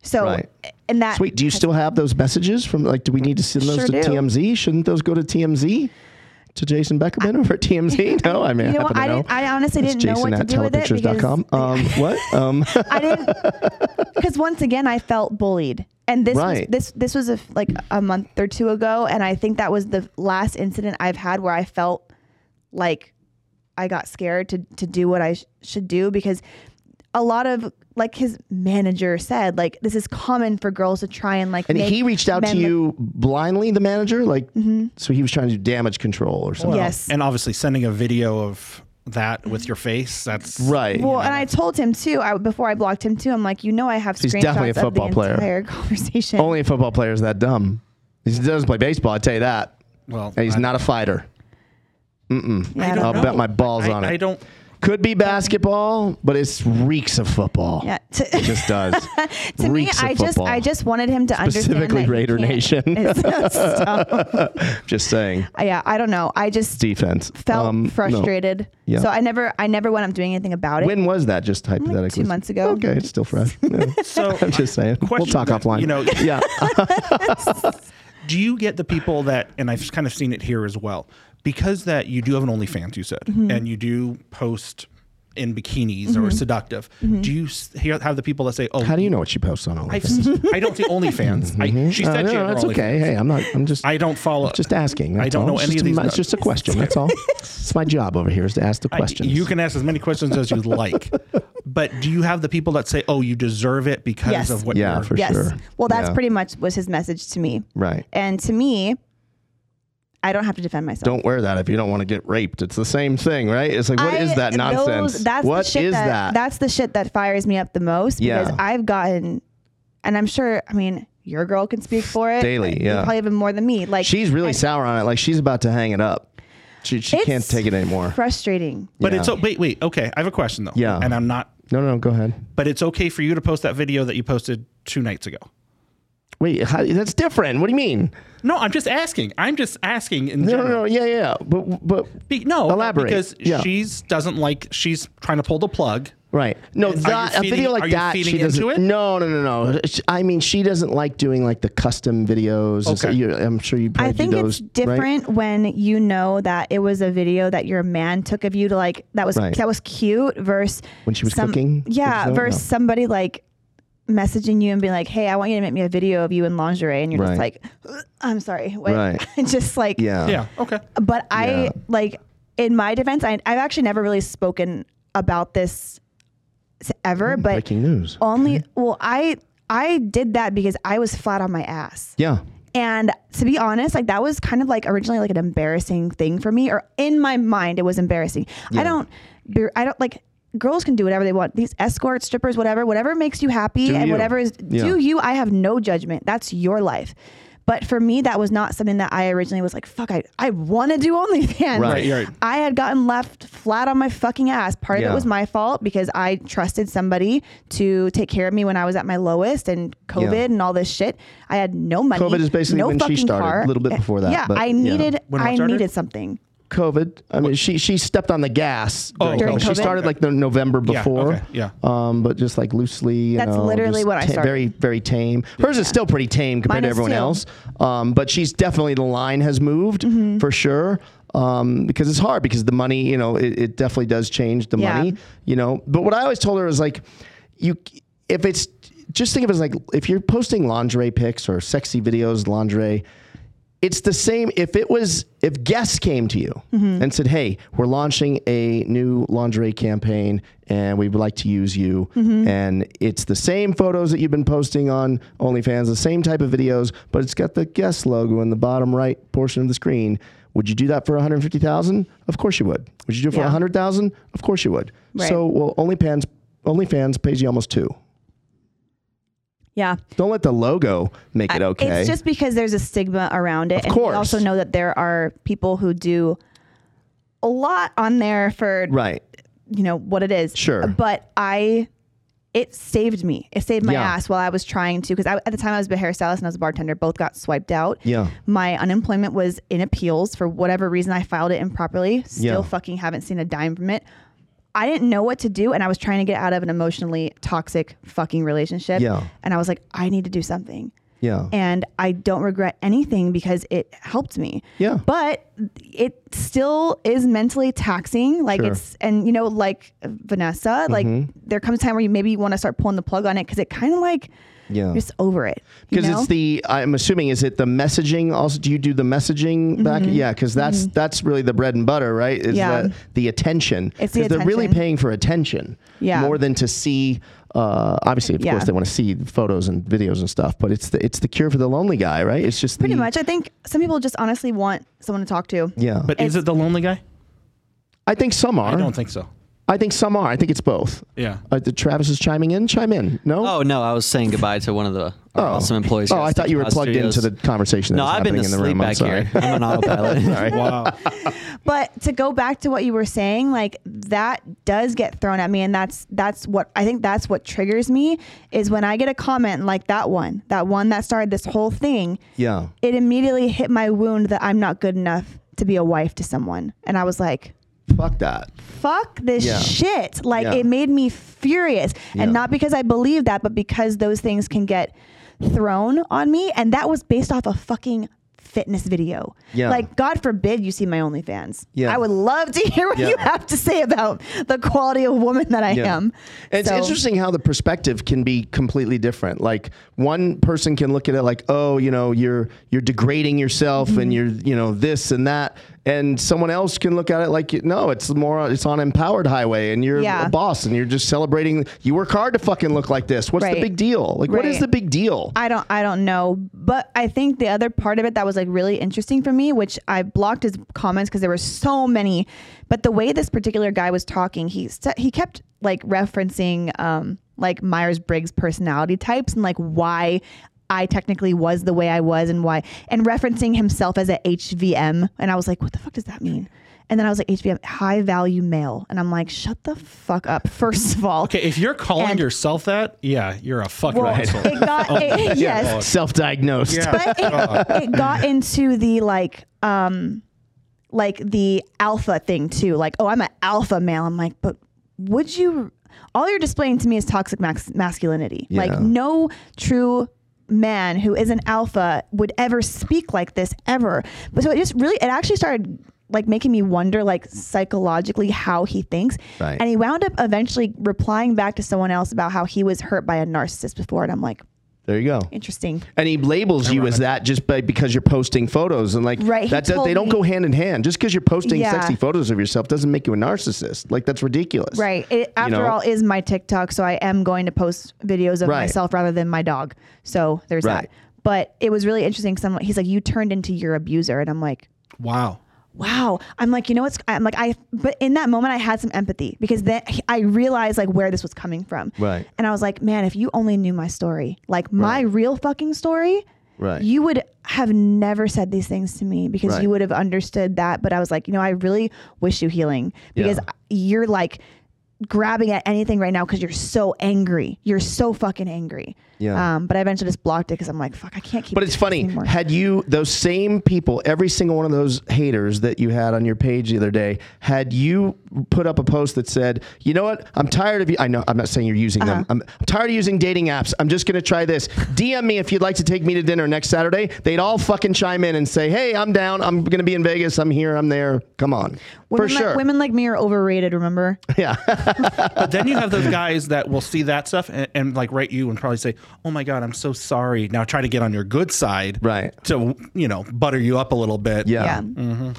So, Right. and that Sweet. Do you still have those messages from like? Do we need to send those Sure to do. TMZ? Shouldn't those go to TMZ? To Jason Beckerman over at TMZ? No, I mean, You know I what? happen to I know. didn't- I honestly It's didn't know Jason what to at do with it telepictures.com. Um, what? Um, I didn't because once again I felt bullied, and this Right. was, this this was a f like a month or two ago, and I think that was the last incident I've had where I felt like I got scared to to do what I sh- should do because a lot of like his manager said like this is common for girls to try and like and make he reached out men to look- you blindly, the manager, like, so he was trying to do damage control or something. Well, Mm-hmm. Yes. And obviously, sending a video of that with your face, that's Right. Well, and I told him too. I, before I blocked him too, I'm like, you know, I have He's screenshots definitely a of the football player. Oh entire conversation. Only a football player is that dumb. He doesn't play baseball, I tell you that. Well, And he's I- not a fighter. Yeah, I I don't I'll don't bet know. my balls I- on it. I don't. Could be basketball, but it's reeks of football. Yeah. It just does. to me, reeks of I just football. I just wanted him to Specifically understand that he Raider can't- Nation. It's- stop. just saying. yeah, I don't know. I just Defense. felt Um, no. frustrated. Yeah. So I never I never went up doing anything about it. When was that? Just hypothetically. two months ago. Okay, it's still fresh. Yeah. So I'm just saying. We'll Question talk that, offline. you know- yeah. do you get the people that and i've kind of seen it here as well because that you do have an onlyfans you said and you do post in bikinis or seductive do you s- hear- have the people that say oh How do you know what she posts on I, OnlyFans? I don't see onlyfans I, she Uh, said no, she had no, her that's OnlyFans. okay. Hey, I'm not. I'm just. i don't follow just asking. I that's don't all. know It's any just of these A, it's just a nuts. question. That's all. it's my job over here is to ask the I- questions. you can ask as many questions as you like but do you have the people that say oh you deserve it because Yes. of what Yeah, you're for yes. sure. Well, that's Yeah. pretty much was his message to me. Right. And to me, I don't have to defend myself. Don't wear that if you don't want to get raped. It's the same thing, right? It's like what is I- that those- nonsense? that's What the shit is that, That's the shit that fires me up the most because Yeah. I've gotten, and I'm sure. I mean, your girl can speak for it Daily, You yeah. probably even more than me. Like She's really sour on it. Like she's about to hang it up. She she It's can't take it anymore. frustrating. but Yeah. it's oh, wait wait okay i have a question though Yeah. and i'm not No, no, no. Go ahead. but it's okay for you to post that video that you posted two nights ago Wait, how, that's different. What do you mean? no i'm just asking i'm just asking in No, general. no, no. Yeah, yeah. yeah. But but Be- no, no, Elaborate. because Yeah. she's doesn't like she's trying to pull the plug. Right. No, Is- are that you a feeding- video are like you that. feeding She doesn't. into it? No, no, no, no. Sh- I mean, she doesn't like doing like the custom videos. And so Okay. you, I'm sure you probably I think do those. it's Right? different when you know that it was a video that your man took of you to like that was Right. that was cute versus When she was cooking, things Yeah, like that? versus somebody like messaging you and being like, "Hey, I want you to make me a video of you in lingerie," and you're just Right. like, "I'm sorry, wait," Right. just like Yeah. yeah. Okay. But I Yeah. like in my defense, I, I've actually never really spoken about this s- ever. but Oh. Breaking news. only well, I I did that because I was flat on my ass. Yeah. And to be honest, like that was kind of like originally like an embarrassing thing for me, or in my mind, it was embarrassing. I don't, be- I don't like girls can do whatever they want. These escort strippers, whatever, whatever makes you happy Do and you. whatever is Yeah. do you. I have no judgment. That's your life. But for me, that was not something that I originally was like, fuck, I, I want to do OnlyFans. Right, Right, right. I had gotten left flat on my fucking ass. Part of Yeah. it was my fault because I trusted somebody to take care of me when I was at my lowest and COVID and all this shit. I had no money. COVID is basically no when she fucking started, car. a little bit before that, Yeah, but I yeah. needed When what I started? needed something. COVID. I mean, she she stepped on the gas. During During She COVID? started like the November Oh, Yeah, before. okay, yeah. Um, but just like loosely. You That's know, literally just what I ta- started. Very very tame. Hers is still pretty tame compared Mine to is everyone too. else. Um, but she's definitely the line has moved Mm-hmm. for sure. Um, because it's hard because the money, you know, it, it definitely does change the Yeah. money, you know. But what I always told her is like, you if it's just think of it as like if you're posting lingerie pics or sexy videos lingerie it's the same if it was if guests came to you Mm-hmm. and said hey we're launching a new lingerie campaign and we would like to use you Mm-hmm. and it's the same photos that you've been posting on onlyfans the same type of videos but it's got the guest logo in the bottom right portion of the screen would you do that for 150000 of course you would would you do it for Yeah. 100000 of course you would Right. so well onlyfans onlyfans pays you almost two Yeah. don't let the logo make it okay It's just because there's a stigma around it. Of and course. we also know that there are people who do a lot on there for right you know what it is. Sure. But I, it saved me. It saved my Yeah. ass while I was trying to because at the time I was a hairstylist and I was a bartender. Both got swiped out. Yeah. My unemployment was in appeals for whatever reason. I filed it improperly. Still Yeah. fucking haven't seen a dime from it. I didn't know what to do, and I was trying to get out of an emotionally toxic fucking relationship. Yeah. And I was like, I need to do something. Yeah. And I don't regret anything because it helped me. Yeah. But it still is mentally taxing. Like Sure. Mm-hmm. it's, and you know, like Vanessa, like there comes a time where you maybe want to start pulling the plug on it because it kind of like, Yeah. you're just over it. you because know? it's the i'm assuming is it the messaging also do you do the messaging back yeah because that's that's really the bread and butter right is Mm-hmm. Yeah. that the attention It's the 'Cause they're really attention. paying for attention Yeah. more than to see uh, obviously of Yeah. course they want to see photos and videos and stuff but it's the it's the cure for the lonely guy right it's just pretty the, much. I think some people just honestly want someone to talk to. yeah But is It's- it the lonely guy? i think some are I don't think so. I think some are i think it's both Yeah. uh, the travis is chiming in chime in no Oh no, I was saying goodbye to one of the our awesome employees. Oh, here at I thought you were Sticky Paws plugged Studios. into the conversation. That No, was I've been happening in the asleep room. I'm back sorry. here. I'm an autopilot. Wow. But to go back to what you were saying, like that does get thrown at me, and that's that's what I think that's what triggers me is when I get a comment like that one, that one that started this whole thing. Yeah. It immediately hit my wound that I'm not good enough to be a wife to someone, and I was like, Fuck that. fuck this Yeah. shit. Like Yeah. it made me furious. Yeah. And not because I believe that, but because those things can get thrown on me. And that was based off a fucking fitness video. Yeah. Like, God forbid you see my OnlyFans. Yeah. I would love to hear what Yeah. you have to say about the quality of woman that I Yeah. am. And it's So- interesting how the perspective can be completely different. Like one person can look at it like, "Oh, you know, you're you're degrading yourself Mm-hmm. and you're, you know, this and that." And someone else can look at it like, "No, it's more it's on empowered highway and you're Yeah. a boss and you're just celebrating you work hard to fucking look like this. What's the Right. big deal? Like what is Right. the big deal?" I don't I don't know, but I think the other part of it that was like really interesting for me, which I blocked his comments because there were so many, but the way this particular guy was talking, he st- he kept like referencing um like Myers Briggs personality types and like why I technically was the way I was and why and referencing himself as a HVM and I was like, what the fuck does that mean? And then I was like, HVM, high value male. And I'm like, shut the fuck up, first of all. Okay, if you're calling And- yourself that, yeah, you're a fucking Well, asshole. it got, it- yes, Self-diagnosed. but Uh-uh. it, it got into the like um like the alpha thing too like oh i'm an alpha male i'm like but would you all you're displaying to me is toxic max, masculinity Yeah. like no true man who is an alpha would ever speak like this ever but so it just really it actually started like making me wonder like psychologically how he thinks Right. and he wound up eventually replying back to someone else about how he was hurt by a narcissist before and i'm like There you go. interesting and he labels you as that just by, because you're posting photos and like Right, he that does, told they don't me- go hand in hand just because you're posting Yeah. sexy photos of yourself doesn't make you a narcissist like that's ridiculous Right. It, after know? all, is my TikTok, so I am going to post videos of Right. myself rather than my dog. So there's Right. that. But it was really interesting. Someone he's like, "You turned into your abuser," and I'm like, wow. "Wow." I'm like, you know what's? I'm like, I. But in that moment, I had some empathy because then I realized like where this was coming from. Right. And I was like, man, if you only knew my story, like my real fucking story, Right. you would have never said these things to me because Right. you would have understood that. But I was like, you know, I really wish you healing because Yeah. you're like grabbing at anything right now because you're so angry. You're so fucking angry. Yeah. Um, but I eventually just blocked it because I'm like, fuck, I can't keep. but it's doing this funny anymore. had you those same people every single one of those haters that you had on your page the other day had you put up a post that said you know what i'm tired of you i know i'm not saying you're using Uh-huh. them I'm, I'm tired of using dating apps i'm just going to try this dm me if you'd like to take me to dinner next saturday they'd all fucking chime in and say hey i'm down i'm going to be in vegas i'm here i'm there come on women for like, sure women like me are overrated. Remember? But then you have those guys that will see that stuff and, and like write you and probably say, "Oh my god, I'm so sorry." Now try to get on your good side, Right. To you know, butter you up a little bit. yeah yeah,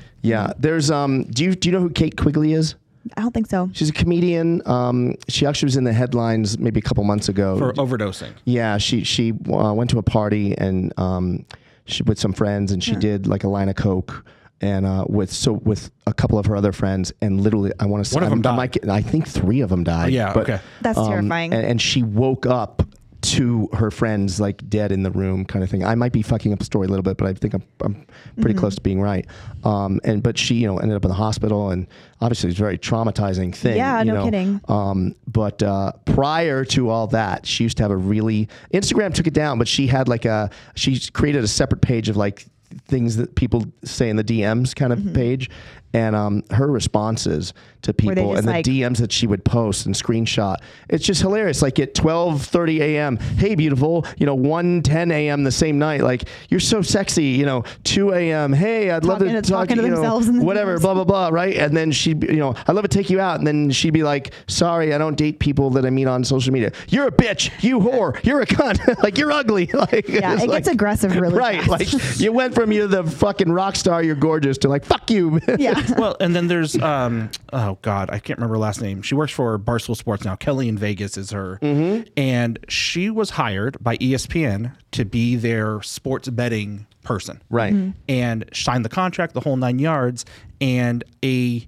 there's um do you do you know who kate quigley is I don't think so. She's a comedian. Um, she actually was in the headlines maybe a couple months ago. for overdosing. Yeah, she she uh, went to a party and um, she with some friends, and she did like a line of coke. And uh, with so with a couple of her other friends, and literally, I want to say One of them I'm- I died. might get- I think three of them died. um, yeah, okay. That's terrifying. And, and she woke up to her friends like dead in the room, kind of thing. I might be fucking up the story a little bit, but I think I'm, I'm pretty Mm-hmm. close to being right. Um, and but she, you know, ended up in the hospital, and obviously it's a very traumatizing thing. Yeah, you no know. kidding. Um, but uh, prior to all that, she used to have a really Instagram took it down, but she had like a Mm-hmm. she created a separate page of like things that people say in the DMs kind of page, And um, her responses to they people just and the like- DMs that she would post and screenshot, it's just hilarious. Like at 12:30 a.m., hey beautiful, you know 1:10 a.m. the same night, like you're so sexy, you know 2 a.m. Hey, I'd love Talking to to- talk talking to you know, themselves in the whatever, DMs. blah blah blah, right? And then she'd be, you know I'd love to take you out, and then she'd be like, sorry, I don't date people that I meet on social media. You're a bitch, you whore, you're a cunt, like you're ugly, like Yeah, it's it gets aggressive really right, fast. like you went from you're the fucking rock star, you're gorgeous, to like fuck you. yeah. well, and then there's um oh god, I can't remember her last name. She works for Barstool Sports now. Kelly in Vegas is her, Mm-hmm. and she was hired by E ESPN to be their sports betting person, Right. Mm-hmm. Mhm. And signed the contract, the whole nine yards, and a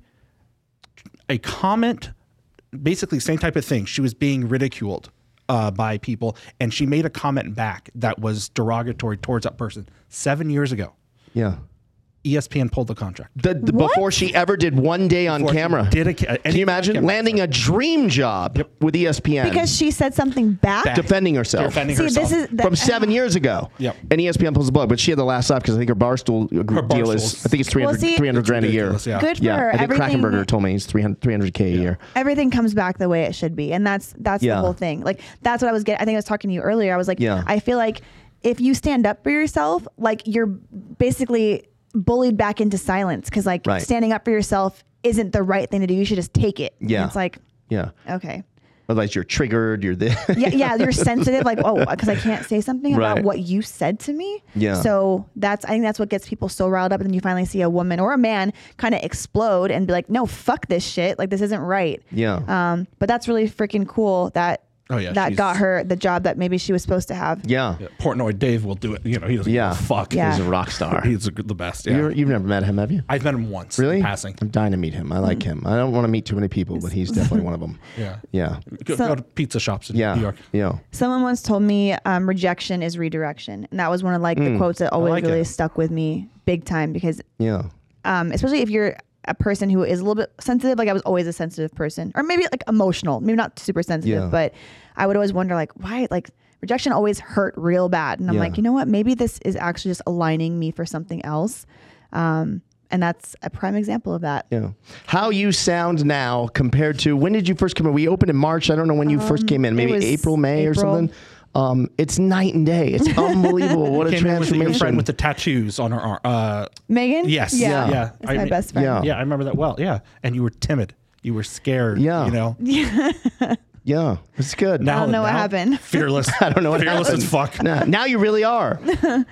a comment, basically same type of thing. She was being ridiculed. Uh, by people, and she made a comment back that was derogatory towards that person seven years ago. E yeah. ESPN pulled the contract. The, the- What? before she ever did one day on Before she camera. did a ca- Can any- you imagine camera. landing a dream job with E ESPN? Because she said something back. Back. defending herself. Defending See, herself. this is from seven years ago. Yep. And E ESPN pulls the plug, but she had the last stop because I think her barstool Her deal is Barstool's- I think it's 300, Well, see- 300 grand a year. Ridiculous, yeah. Good for Yeah, her. I think Everything- Krakenberger told me he's 300 300k a year. everything comes back the way it should be and that's that's Yeah. the whole thing like that's what i was getting i think i was talking to you earlier i was like Yeah. i feel like if you stand up for yourself like you're basically bullied back into silence because like Right. standing up for yourself isn't the right thing to do you should just take it And Yeah. it's like Yeah, okay otherwise you're triggered. You're this. yeah, yeah, you're sensitive, like oh, because I can't say something Right. about what you said to me. Yeah. So that's I think that's what gets people so riled up, and then you finally see a woman or a man kind of explode and be like, no, fuck this shit, like this isn't right. Yeah. Um, but that's really freaking cool that Oh, yeah, that she's- got her the job that maybe she was supposed to have. yeah, Yeah, Portnoy Dave will do it. You know, he doesn't Yeah. give a fuck. Yeah. he's a rock star. He's a- the best. Yeah. You're, you've never met him, have you? I've met him once. in Really? Passing. I'm dying to meet him. I Mm. like him. I don't want to meet too many people, but he's definitely one of them. Yeah. Yeah. Go, So- go to pizza shops in Yeah. New York. Yeah. Someone once told me um, rejection is redirection, and that was one of like Mm. the quotes that always like really it. stuck with me big time because Yeah. um, especially if you're a person who is a little bit sensitive. Like I was always a sensitive person, or maybe like emotional, maybe not super sensitive, Yeah. but I would always wonder like why like rejection always hurt real bad, and I'm Yeah. like, you know what? Maybe this is actually just aligning me for something else, um, and that's a prime example of that. Yeah. How you sound now compared to when did you first come in? We opened in March. I don't know when you first came in. Maybe Um, was April, May, or April. something. Um, it's night and day. It's unbelievable. What a Came in with your transformation. friend with the tattoos on her arm. Uh, Megan, yes. yeah, Yeah. That's I my mean- best friend. Yeah. yeah, I remember that well. Yeah. And you were timid. You were scared. Yeah. You know? yeah, it's good. Now, don't know now, what happened. Fearless. I don't know what Fearless as fuck. Nah, now you really are.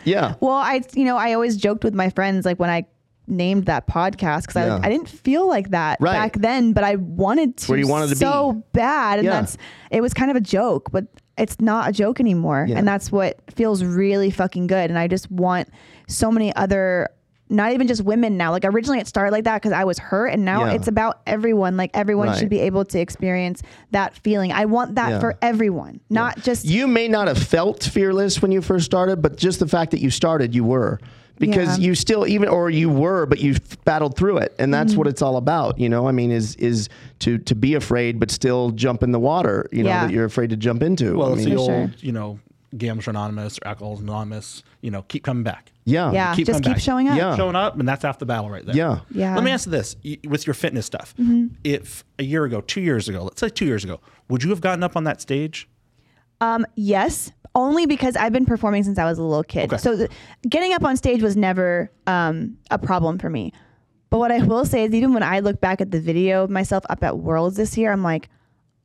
Yeah. Well, I you know I always joked with my friends like when I named that podcast because Yeah. I, I didn't feel like that Right. back then, but I wanted to. Where you wanted to so be. bad, and Yeah. that's it was kind of a joke, but it's not a joke anymore, Yeah. and that's what feels really fucking good. And I just want so many other. Not even just women now. Like originally, it started like that because I was hurt, and now Yeah. it's about everyone. Like everyone Right. should be able to experience that feeling. I want that Yeah. for everyone, not just You may not have felt fearless when you first started, but just the fact that you started, you were. Because Yeah. you still even or you were, but you battled through it, and that's Mm-hmm. what it's all about. You know, I mean, is is to to be afraid, but still jump in the water. You know, Yeah. that you're afraid to jump into. I Well, it's mean- the For old, sure. you know, Gamblers Anonymous or Alcohol Anonymous. You know, keep coming back. Yeah. yeah. keep just coming keep back. showing up. Yeah. Showing up, and that's half the battle right there. Yeah. Yeah. Mm-hmm. Let me ask you this: y- with your fitness stuff, if a year ago, two years ago, let's say two years ago, would you have gotten up on that stage? Um, yes, only because I've been performing since I was a little kid. Okay. So th- getting up on stage was never um, a problem for me. But what I will say is, even when I look back at the video of myself up at Worlds this year, I'm like,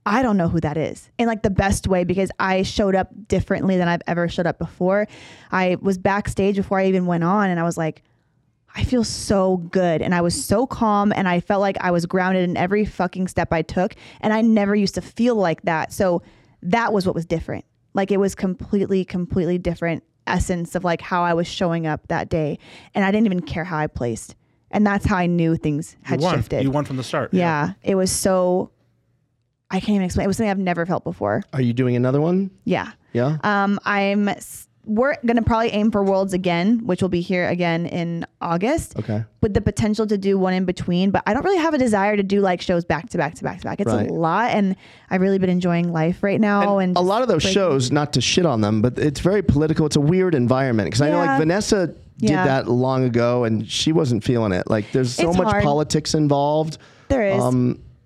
I don't know who that is in like the best way because I showed up differently than I've ever showed up before. I was backstage before I even went on, and I was like, I feel so good. And I was so calm and I felt like I was grounded in every fucking step I took. And I never used to feel like that. So that was what was different. Like it was completely, completely different essence of like how I was showing up that day. And I didn't even care how I placed. And that's how I knew things had you won. shifted. You won from the start. yeah. It was so, I can't even explain. It was something I've never felt before. Are you doing another one? Yeah. Yeah. Um, I'm s- we're gonna probably aim for Worlds again, which will be here again in August. Okay. With the potential to do one in between, but I don't really have a desire to do like shows back to back to back to back. It's Right. a lot, and I've really been enjoying life right now. And, a lot of those breaking- shows, not to shit on them, but it's very political. It's a weird environment because I know like Yeah. Vanessa Yeah. did that long ago, and she wasn't feeling it. Like there's so It's much hard. politics involved. um, There is.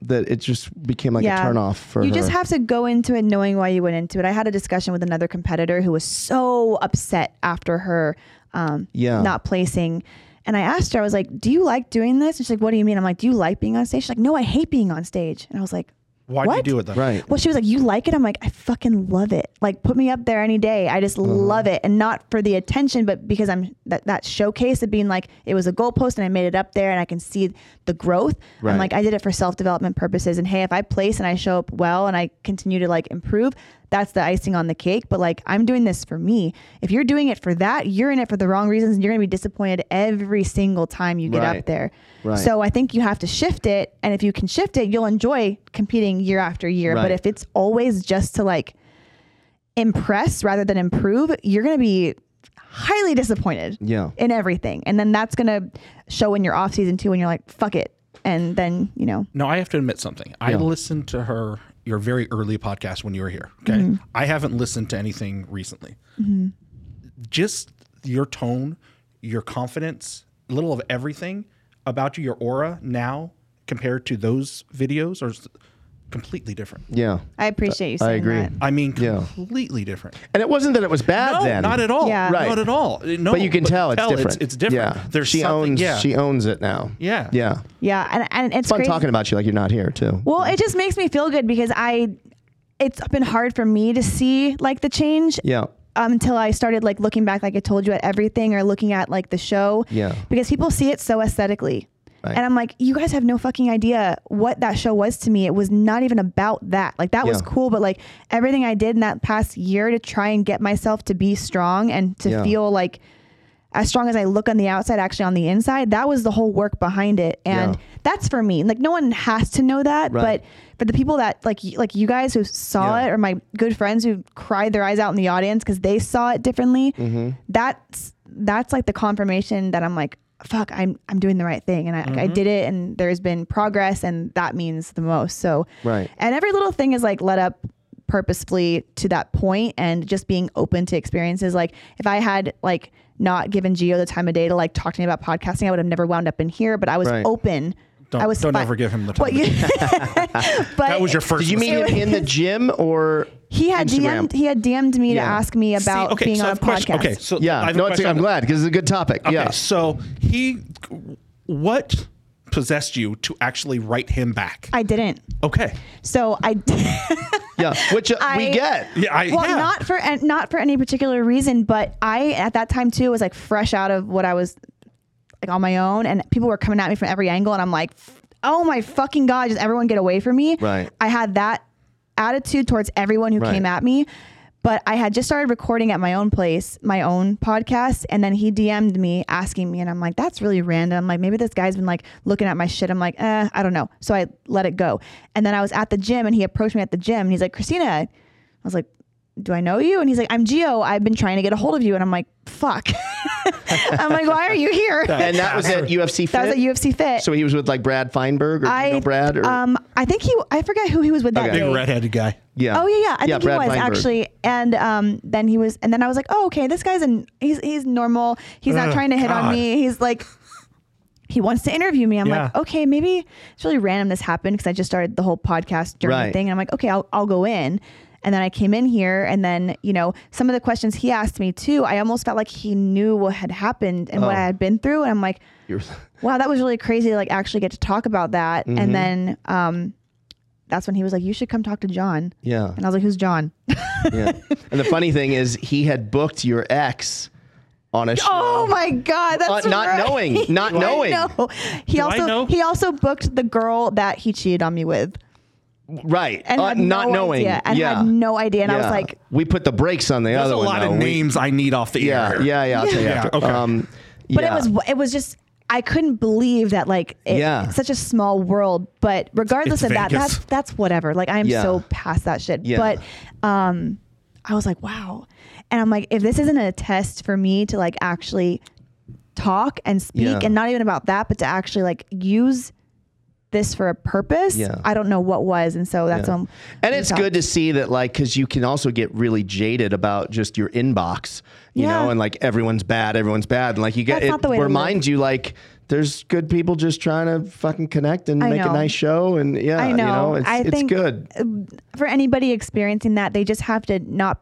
that it just became like a turnoff for you her. just have to go into it knowing why you went into it i had a discussion with another competitor who was so upset after her um, Yeah. not placing and i asked her i was like do you like doing this and she's like what do you mean i'm like do you like being on stage she's like no i hate being on stage and i was like Why do you what? do it though? right. well, she was like, "You like it?" I'm like, "I fucking love it. Like, put me up there any day. I Uh-huh. just love it, and not for the attention, but because I'm that that showcase of being like, it was a goalpost, and I made it up there, and I can see the growth. Right. I'm like, I did it for self development purposes, and hey, if I place and I show up well, and I continue to like improve, that's the icing on the cake. But like, I'm doing this for me. If you're doing it for that, you're in it for the wrong reasons, and you're gonna be disappointed every single time you get Right. up there. Right. So I think you have to shift it, and if you can shift it, you'll enjoy competing year after year. Right. But if it's always just to like impress rather than improve, you're going to be highly disappointed Yeah. in everything. And then that's going to show in your off season too when you're like, fuck it. And then, you know, No, I have to admit something. I listened to her your very early podcast when you were here. Okay, Mm-hmm. I haven't listened to anything recently. Just your tone, your confidence, a little of everything about you, your aura now compared to those videos are s- completely different. Yeah. I appreciate you I saying agree. that. I mean, Yeah. completely different. And it wasn't that it was bad No, then. not at all. Yeah. Right. Not at all. Eh, No, But you can tell, it's different. It's, different. Yeah. There's she something- owns yeah. she owns it now. Yeah. Yeah. Yeah. And, and it's It's fun crazy. talking about you like you're not here too. Well, it just makes me feel good because I, it's been hard for me to see like the change Yeah. um, until I started like looking back, like I told you at everything or looking at like the show. Yeah. Because people see it so aesthetically. Right. And I'm like, you guys have no fucking idea what that show was to me. It was not even about that. Like that was Yeah. cool, but like everything I did in that past year to try and get myself to be strong and to Yeah. feel like as strong as I look on the outside, actually on the inside, that was the whole work behind it. And Yeah. that's for me. Like no one has to know that, Right. but for the people that like y- like you guys who saw Yeah. it or my good friends who cried their eyes out in the audience because they saw it differently Mm-hmm. that's that's like the confirmation that i'm like fuck i'm i'm doing the right thing and I, Mm-hmm. I did it and there's been progress and that means the most so Right. and every little thing is like let up purposefully to that point and just being open to experiences like if i had like not given geo the time of day to like talk to me about podcasting i would have never wound up in here but i was Right. open Don't- I was don't fi- ever give him the time Well, of day. yeah. but that was your first. Did you meet mistake. him in the gym or He had Instagram? DM'd, he had DM'd me Yeah. to ask me See, about being so I on a have question- podcast. Okay, so I Yeah. have a No, it's, question. I'm glad because it's a good topic. Okay, yeah. so he, what possessed you to actually write him back? I didn't. okay, So I Yeah. Which uh, we I- get. yeah, I well yeah. not for an- not for any particular reason, but I at that time too was like fresh out of what I was like on my own, and people were coming at me from every angle, and I'm like, oh my fucking god, just everyone get away from me. Right. I had that attitude towards everyone who Right. came at me. But I had just started recording at my own place, my own podcast, and then he DM'd me asking me, and I'm like, "That's really random. Like, maybe this guy's been like looking at my shit." I'm like, "Eh, I don't know." So I let it go. And then I was at the gym, and he approached me at the gym, and he's like, "Christina," I was like, "Do I know you?" And he's like, "I'm Geo. I've been trying to get a hold of you," and I'm like, "Fuck." I'm like, "Why are you here?" And that was at UFC Fit. That was at UFC Fit. So he was with like Brad Feinberg or do you know Brad or um, I think he. I forget who he was with that Okay. big day. redheaded guy. yeah. Oh yeah, yeah. I yeah, think Brad he was Weinberg. actually, and um, then he was, and then I was like, oh, okay, this guy's an he's he's normal. He's not Ugh, trying to hit God. on me. He's like, he wants to interview me. I'm like, Yeah. okay, maybe it's really random this happened because I just started the whole podcast journey Right. thing, and I'm like, okay, I'll I'll go in. And then I came in here, and then you know some of the questions he asked me too. I almost felt like he knew what had happened and what I had been through, and I'm like, You're- wow, that was really crazy to like actually get to talk about that. And then um, that's when he was like, you should come talk to John. Yeah. And I was like, who's John? Yeah. and the funny thing is, he had booked your ex on a show. Oh my God. Uh, That's not right. knowing, not I knowing, know. He I also know? he also booked the girl that he cheated on me with, right? and Uh, had not no knowing, idea, and yeah. had no idea. And I was Yeah. like, we put the brakes on the There's other a one. lot though. of We- names I need off the yeah, air. yeah, yeah. I'll tell you Yeah, after. okay. Um, but yeah. it was it was just I couldn't believe that like it, Yeah. it's such a small world. But regardless It's of that, Vegas. that's that's whatever. Like I am Yeah. so past that shit. Yeah. But um, I was like, wow, and I'm like, if this isn't a test for me to like actually talk and speak, Yeah. and not even about that, but to actually like use this for a purpose. Yeah. I don't know what was, and so that's Yeah. when. And we it's talked. good to see that, like, because you can also get really jaded about just your inbox, you know, Yeah. and like everyone's bad, everyone's bad, and like you get That's not it the way to reminds you like there's good people just trying to fucking connect and I make a know. nice show, and yeah, I you know, know. it's, I it's think good. for anybody experiencing that, they just have to not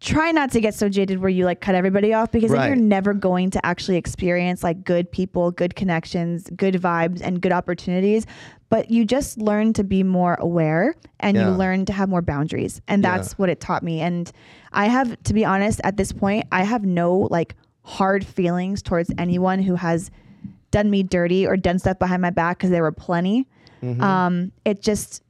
try not to get so jaded where you like cut everybody off because Right. then you're never going to actually experience like good people, good connections, good vibes, and good opportunities. But you just learn to be more aware and Yeah. you learn to have more boundaries. And that's what it taught me. And I have, to be honest, at this point, I have no like hard feelings towards anyone who has done me dirty or done stuff behind my back because there were plenty. Mm-hmm. Um, it just,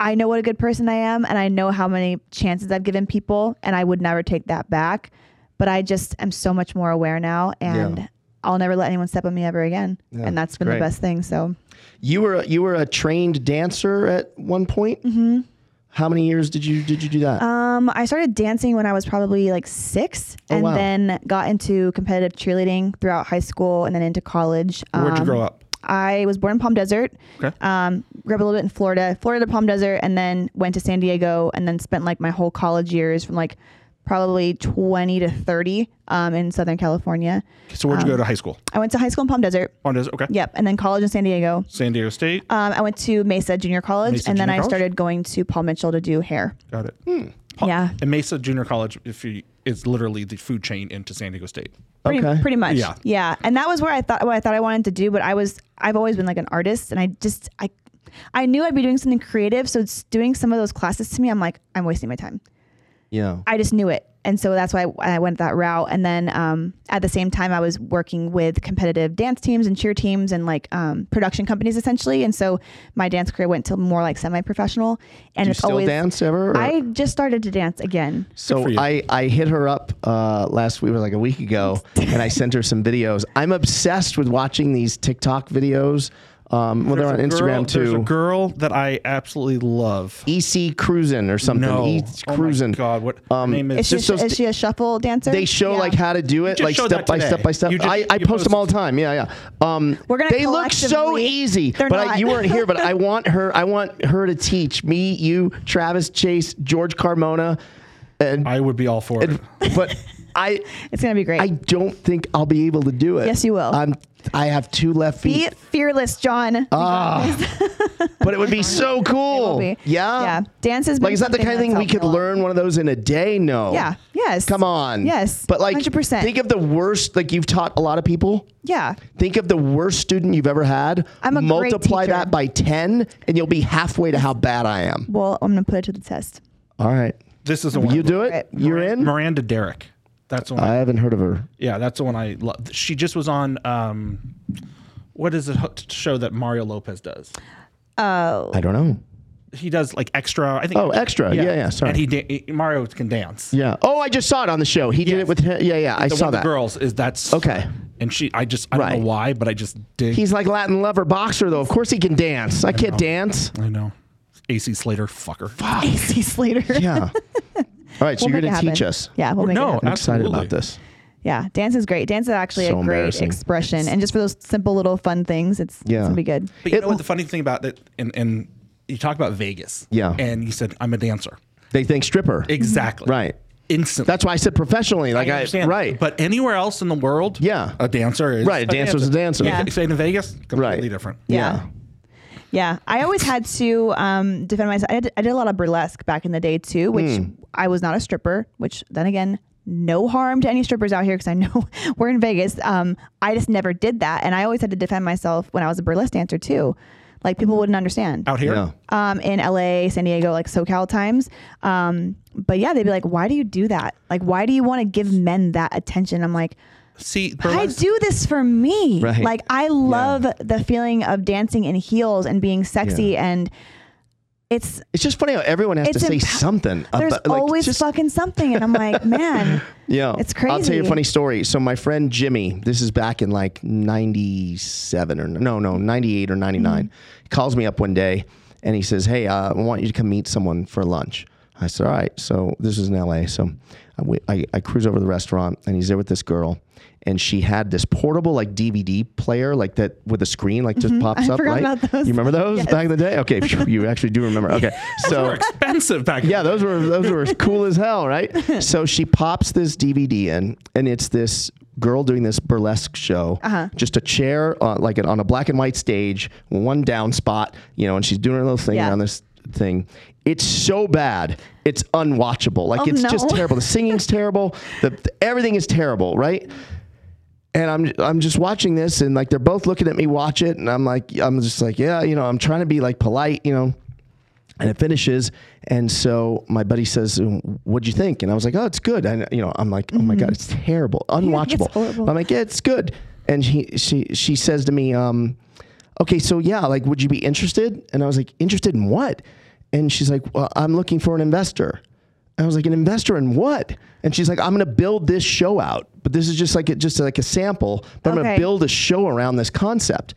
I know what a good person I am, and I know how many chances I've given people, and I would never take that back. But I just am so much more aware now, and Yeah. I'll never let anyone step on me ever again. and that's been great. the best thing. So You were you were a trained dancer at one point. Mm-hmm. How many years did you did you do that? um, I started dancing when I was probably like six, Oh, and wow. then got into competitive cheerleading throughout high school and then into college. Where'd you Um, grow up? I was born in Palm Desert. Okay. Um, grew up a little bit in Florida, Florida to Palm Desert, and then went to San Diego, and then spent like my whole college years from like probably 20 to 30 um, in Southern California. So where'd you go um, to high school? I went to high school in Palm Desert. Palm Desert. Okay. Yep, and then college in San Diego. San Diego State. Um, I went to Mesa Junior College, Mesa and then Junior I College? started going to Paul Mitchell to do hair. Got it. Hmm. Yeah. And Mesa Junior College, if you, is literally the food chain into San Diego State. Pretty, Okay. pretty much. Yeah. Yeah. And that was where I thought what I thought I wanted to do, but I was I've always been like an artist and I just I I knew I'd be doing something creative, so it's doing some of those classes to me, I'm like, I'm wasting my time. yeah. I just knew it. And so that's why I I went that route. And then um, at the same time, I was working with competitive dance teams and cheer teams and like um, production companies essentially. And so my dance career went to more like semi professional. And Do you it's still always. dance ever? or- I just started to dance again. So for you. I, I hit her up uh, last week, it was like a week ago, and I sent her some videos. I'm obsessed with watching these TikTok videos. Um, well, they're on There's a girl- Instagram There's a too. girl that I absolutely love. EC Cruisin' or something. No. E Oh my Cruisin'. God, what her name Is is? she, Um, just those is she a shuffle dancer? They show Yeah. like how to do it, just like showed step that by today. step by step. You just- I, I you post them posted- all the time. Yeah, yeah. Um, We're gonna they look so collectively- easy, They're but I, not. you weren't here. But I want her. I want her to teach me, you, Travis Chase, George Carmona, and I would be all for it. but I It's gonna be great. I don't think I'll be able to do it. Yes, you will. I'm. I have two left be feet, fearless, John. Oh, but it would be so cool. Be- Yeah. Yeah. Dance has been Like, is that the something kind of thing that's we helped could me a lot. learn one of those in a day? No. Yeah. Yes. Come on. Yes. But like, 100%. think of the worst. Like you've taught a lot of people. Yeah. Think of the worst student you've ever had. I'm a great multiply teacher. that by ten, and you'll be halfway to how bad I am. Well, I'm gonna put it to the test. All right. This is the one. You do it. Right. You're in. Miranda Derrick. That's the one. I haven't heard of her. yeah, that's the one I love. She just was on. Um, what is the ho- show that Mario Lopez does? Oh. I don't know. He does like extra. I think. Oh, Extra. Yeah, yeah, sorry. And he, da- Mario can dance. Yeah. Oh, I just saw it on the show. He did Yes. it with. Her. Yeah, yeah. I the saw one of that. The girls is that's Okay. And she, I just, I don't Right. know why, but I just dig. He's like Latin lover boxer though. Of course he can dance. I can't dance. I know. AC Slater, fucker. AC Slater. Yeah. All right, so We'll you're make going it to teach happen. us. Yeah, we'll make it no, happen. I'm excited Absolutely. about this. Yeah, dance is great. Dance is actually So a great embarrassing. expression, and just for those simple little fun things, it's Yeah. it's gonna be good. But you It- know what? The funny thing about that, and and you talk about Vegas. Yeah. And you said I'm a dancer. They think stripper. Exactly. Right. Instantly. That's why I said professionally. Like I I, understand. right. But anywhere else in the world, Yeah. a dancer is Right, a dancer's a dancer. Yeah. Say in Vegas, completely Right. different. yeah. Yeah. Yeah, I always had to um, defend myself. I did, I did a lot of burlesque back in the day too, which I was not a stripper. Which then again, no harm to any strippers out here because I know we're in Vegas. Um, I just never did that, and I always had to defend myself when I was a burlesque dancer too. Like people wouldn't understand Out here, Yeah. um, in LA, San Diego, like SoCal times. Um, but yeah, they'd be like, "Why do you do that? Like, why do you want to give men that attention?" I'm like, see, I burlesque- do this for me. Right. Like I love the feeling of dancing in heels and being sexy and it's It's just funny how everyone has It's to say impo- something. there's about, like, always just- fucking something and I'm like, man, Yeah. It's I'll tell you a crazy. funny story. So my friend Jimmy, this is back in like 97 or no, no, 98 or Mm-hmm. 99, calls me up one day and he says, "Hey, uh, I want you to come meet someone for lunch." I said, all right. So this is in LA. So I, wa- I, I cruise over to the restaurant and he's there with this girl and she had this portable like DVD player like that with a screen like just pops Mm-hmm. I up, forgot right? about those. You remember those back in the day? Okay. phew, you actually do remember. Okay. So Expensive back. yeah, those were those were cool as hell, right? So she pops this DVD in, and it's this girl doing this burlesque show. Uh-huh. Just a chair, uh, like on a black and white stage, one down spot, you know, and she's doing her little thing Yeah. around this thing. It's so bad. It's unwatchable. Like Oh, it's just no. terrible. The singing's terrible. The, everything is terrible, right? and I'm I'm just watching this and like they're both looking at me watch it and I'm like I'm just like yeah you know I'm trying to be like polite you know and it finishes and so my buddy says what'd you think and I was like oh it's good and you know I'm like oh my god it's terrible unwatchable Mm-hmm. horrible. But I'm like yeah it's good and he she she says to me um okay so yeah like would you be interested and I was like interested in what and she's like well I'm looking for an investor and I was like, an investor in what? And she's like, I'm going to build this show out, but this is just like a, just like a sample. But I'm going Okay. to build a show around this concept.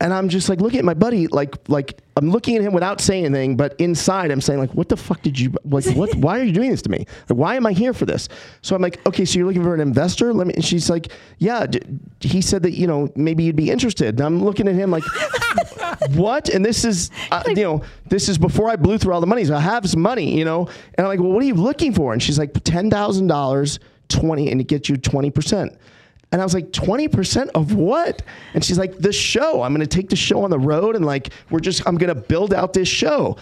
And I'm just like looking at my buddy, like like I'm looking at him without saying anything, but inside I'm saying like, what the fuck did you like? What? why are you doing this to me? Like, why am I here for this? So I'm like, okay, so you're looking for an investor? Let me. And she's like, yeah. D- he said that you know maybe you'd be interested. And I'm looking at him like, what? And this is, uh, you know, this is before I blew through all the money. So I have some money, you know. And I'm like, well, what are you looking for? And she's like, ten thousand dollars, twenty, and it gets you twenty percent. And I was like, twenty percent of what? And she's like, the show. I'm going to take the show on the road, and like, we're just, I'm going to build out this show.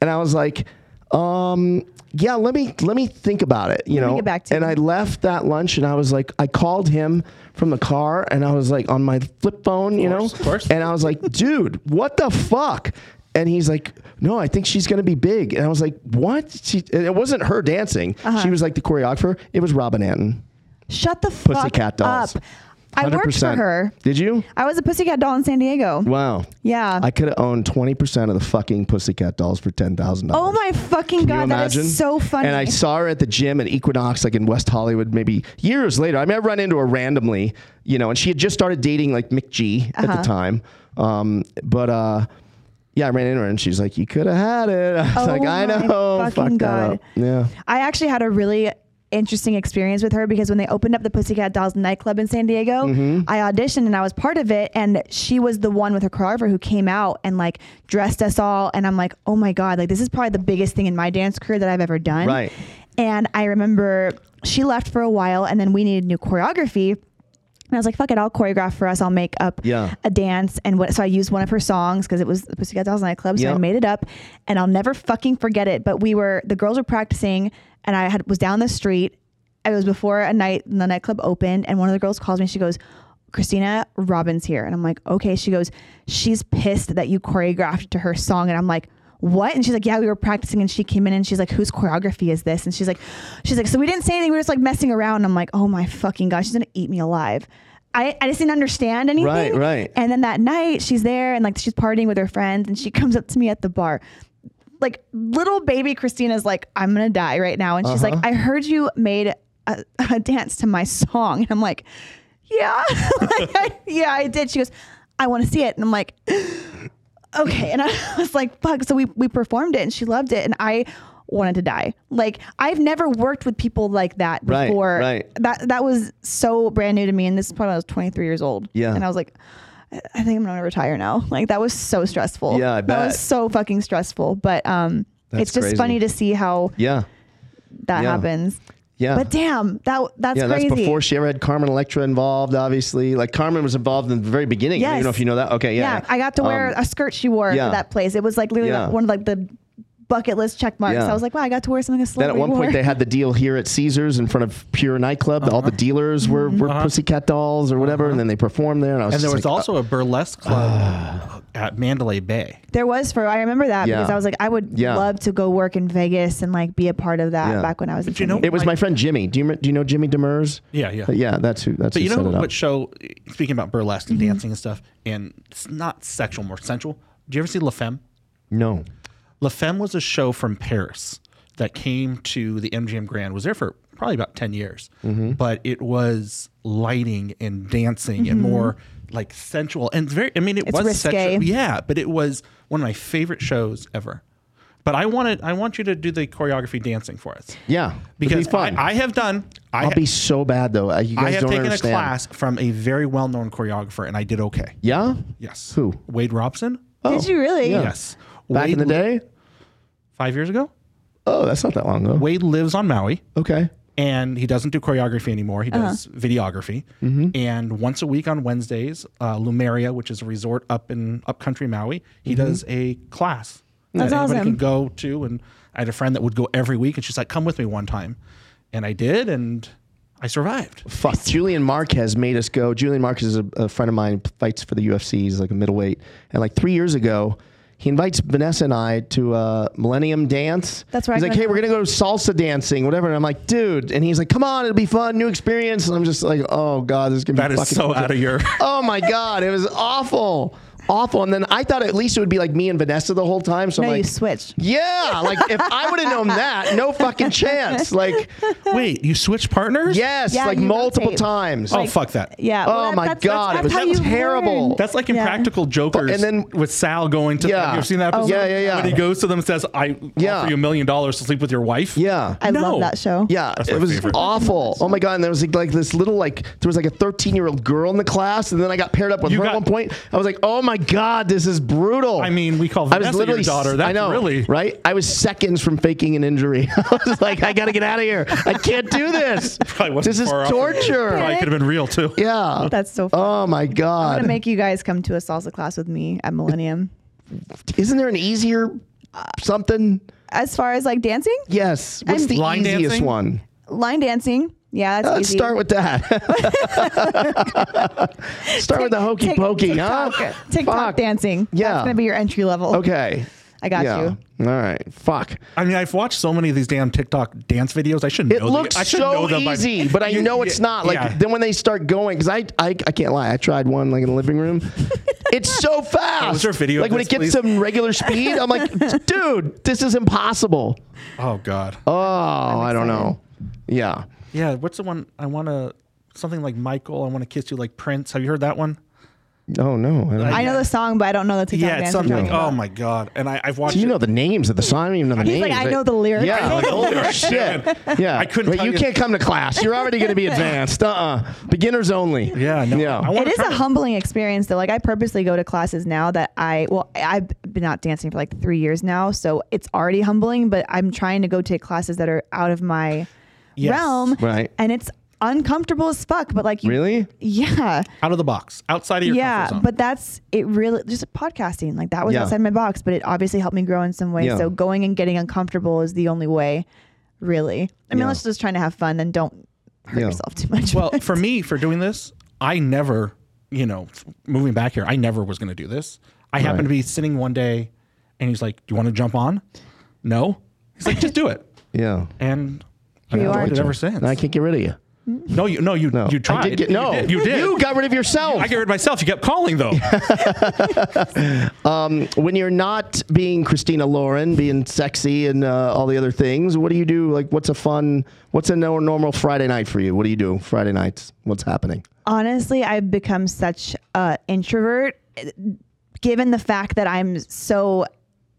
And I was like, um, yeah, let me let me think about it, you Let me know. get back to and you. I left that lunch, and I was like, I called him from the car, and I was like on my flip phone, you know, course, of course. and I was like, dude, what the fuck? And he's like, no, I think she's gonna be big. And I was like, what? She, and it wasn't her dancing. Uh-huh. She was like the choreographer. It was Robin Anton. Shut the fuck Pussycat dolls. up. I worked for her. Did you? I was a pussycat doll in San Diego. Wow. Yeah. I could have owned twenty percent of the fucking Pussycat Dolls for ten thousand dollars. oh my fucking Can you god, that imagine? is so funny. And I saw her at the gym at Equinox, like in West Hollywood, maybe years later. I mean, I run into her randomly, you know, and she had just started dating like Mick G at Uh-huh. the time. Um, but uh, yeah, I ran into her and she's like, "You could have had it." I was Oh like, "I my know, fucking fuck that God. up." Yeah. I actually had a really interesting experience with her because when they opened up the Pussycat Dolls nightclub in San Diego, Mm-hmm. I auditioned and I was part of it. And she was the one with her choreographer who came out and like dressed us all. And I'm like, oh my God, like this is probably the biggest thing in my dance career that I've ever done. Right. And I remember she left for a while and then we needed new choreography. And I was like, fuck it, I'll choreograph for us. I'll make up Yeah. a dance. And what, so I used one of her songs because it was the Pussycat Dolls nightclub. So Yeah. I made it up and I'll never fucking forget it. But we were, the girls were practicing and I had was down the street. It was before a night, the nightclub opened. And one of the girls calls me. She goes, Christina Robbins here. And I'm like, okay. She goes, she's pissed that you choreographed to her song. And I'm like, what? And she's like, yeah, we were practicing. And she came in and she's like, whose choreography is this? And she's like, she's like, so we didn't say anything. We were just like messing around. And I'm like, oh my fucking God, she's going to eat me alive. I, I just didn't understand anything. Right, right. And then that night she's there and like she's partying with her friends and she comes up to me at the bar. Like little baby Christina's like, I'm gonna die right now. And she's Uh-huh. like, I heard you made a, a dance to my song. And I'm like, Yeah. like, I, yeah, I did. She goes, I wanna see it. And I'm like, okay. And I was like, fuck. So we, we performed it and she loved it. And I wanted to die. Like I've never worked with people like that Right, before. right. That that was so brand new to me. And this is probably when I was 23 years old. Yeah. And I was like, I- I think I'm gonna retire now. Like that was so stressful. Yeah, I That bet. was so fucking stressful. But um That's it's just crazy. funny to see how Yeah. that Yeah. happens. Yeah. But damn, that that's yeah, crazy. that's before she ever had Carmen Electra involved, obviously. Like Carmen was involved in the very beginning. I don't even Yes. know if you know that. Okay, yeah. yeah. I got to wear Um, a skirt she wore yeah. for that place. It was like literally Yeah. like, one of like the bucket list check marks. Yeah. I was like, wow, I got to wear something a Then celebrity at one wore. point they had the deal here at Caesars in front of Pure nightclub. All the Uh-huh. dealers were, were pussycat dolls or whatever, and then they performed there. And, I was Mm-hmm. And there just was like, uh, also a burlesque club at Mandalay Bay. There was for I remember that Yeah. because I was like, I would Yeah. love to go work in Vegas and like be a part of that Yeah. back when I was. in But you San know- Diego. It was my friend Jimmy. Do you rem- do you know Jimmy Demers? Uh, Yeah, yeah. yeah. That's who. That's But who you know set it up. what show? Speaking about burlesque and dancing and stuff, and it's not sexual, more sensual. Do you ever see La Femme? no. La Femme was a show from Paris that came to the MGM Grand. Was there for probably about ten years, Mm-hmm. but it was lighting and dancing Mm-hmm. and more like sensual and very. I mean, it It's was risque. sexual, yeah, but it was one of my favorite shows ever. But I want to. I want you to do the choreography dancing for us. Yeah, Because it'd be fun. I, I have done. I, will ha- be so bad though. Uh, You guys I have don't taken understand. a class from a very well-known choreographer, and I did okay. Yeah. Yes. Who? Wade Robson. Did you really? yeah. Yes. Oh. Back Wade in the li- day. five years ago. Oh, that's not that long ago. Wade lives on Maui. Okay. and he doesn't do choreography anymore. He Uh-huh. does videography. Mm-hmm. And once a week on Wednesdays, uh, Lumeria, which is a resort up in upcountry Maui, he Mm-hmm. does a class That's that anybody awesome. can go to. And I had a friend that would go every week, and she's like, "Come with me one time," and I did, and I survived. Fuck. Julian Marquez made us go. Julian Marquez is a, a friend of mine, fights for the UFC. He's like a middleweight. And like three years ago, he invites Vanessa and I to uh, Millennium Dance. That's where He's I like, got- hey, we're going to go to salsa dancing, whatever. And I'm like, dude. And he's like, come on, it'll be fun, new experience. And I'm just like, oh, God, this is going to That be is fucking so out of your. Oh my god, it was awful, awful. And then I thought at least it would be like me and Vanessa the whole time. So No, I'm you like, switched. yeah, like if I would have known that, no fucking chance. Like, Wait, you switch partners? yes, Yeah, like you multiple rotate. times. Oh fuck that. Yeah. well, Oh that- my that's- God, That's, it was that's how you terrible. learn. That's like in Yeah. Practical Jokers, and then- with Sal going to. Yeah. Have you ever seen that Oh, episode? yeah, yeah, yeah. When he goes to them and says, "I Yeah. offer you a million dollars to sleep with your wife." Yeah. I No. love that show. yeah, That's my it was favorite. awful. Oh my god! And there was like, like this little like there was like a 13 year old girl in the class, and then I got paired up with You her got- at one point. I was like, oh my god, this is brutal. I mean, we call I was Vanessa literally your daughter. That's I know, really right. I was seconds from faking an injury. I was like, I gotta get out of here. I can't do this. Probably wasn't this is far off. torture. Probably could have been real too. yeah. That's so fun. Oh my I'm god. gonna make you guys come to a salsa class with me at Millennium. Isn't there an easier something? As far as like dancing, Yes. What's I'm- the Line easiest dancing? one? line dancing, yeah, that's Let's easy. Uh, start with that. start with the hokey Tik- pokey, TikTok, huh? TikTok Fuck. dancing. Yeah. that's gonna be your entry level. Okay. I got yeah. you. All right. Fuck. I mean, I've watched so many of these damn TikTok dance videos. I should know. It the- looks I should so know them by- easy, but I You- know it's yeah, not. Like yeah. then when they start going, because I, I I can't lie, I tried one like in the living room. it's so fast. was there a video of Like when this, it gets please? some regular speed, I'm like, dude, this is impossible. oh god. Oh, I don't know. Yeah. Yeah. What's the one? I want to something like Michael. I want to kiss you like Prince. Have you heard that one? Oh no. I don't- I know the song, but I don't know the TikTok yeah, it's dance. something. you're Like, talking oh about. my god. And I, I've watched. Do you it. Oh, know the names of the song? I don't even know the He's names. like, I know the lyrics. Yeah, I know like, the holy lyrics. shit. Yeah, I couldn't Wait, tell you you- can't come to class. You're already going to be advanced. Uh, uh beginners only. Yeah. No, yeah. I wanna It is try a to- humbling experience though. Like I purposely go to classes now that I well I've been not dancing for like 3 years now, so it's already humbling, but I'm trying to go take classes that are out of my Yes. realm Right. and it's uncomfortable as fuck, but like you, Really? Yeah. out of the box, outside of your Yeah, comfort zone. but that's it really just podcasting. Like that was Yeah. outside my box, but it obviously helped me grow in some way. Yeah. So going and getting uncomfortable is the only way, really. I mean, Yeah. unless you're just trying to have fun and don't hurt Yeah. yourself too much. well, for me, for doing this, I never, you know, f- moving back here, I never was going to do this. I happened to be sitting one day, and he's like, "Do you want to jump on?" No. He's like, "Just do it." Yeah. And Here you I've are. enjoyed it ever since. And I can't get rid of you. No, you no you No. you I tried. did get, no, you did. You, did. got rid of yourself. I get rid of myself. You kept calling though. when you're not being Christina Lauren, being sexy and uh, all the other things, what do you do? Like, what's a fun, what's a no- normal Friday night for you? What do you do Friday nights? What's happening? honestly i've become such a introvert given the fact that i'm so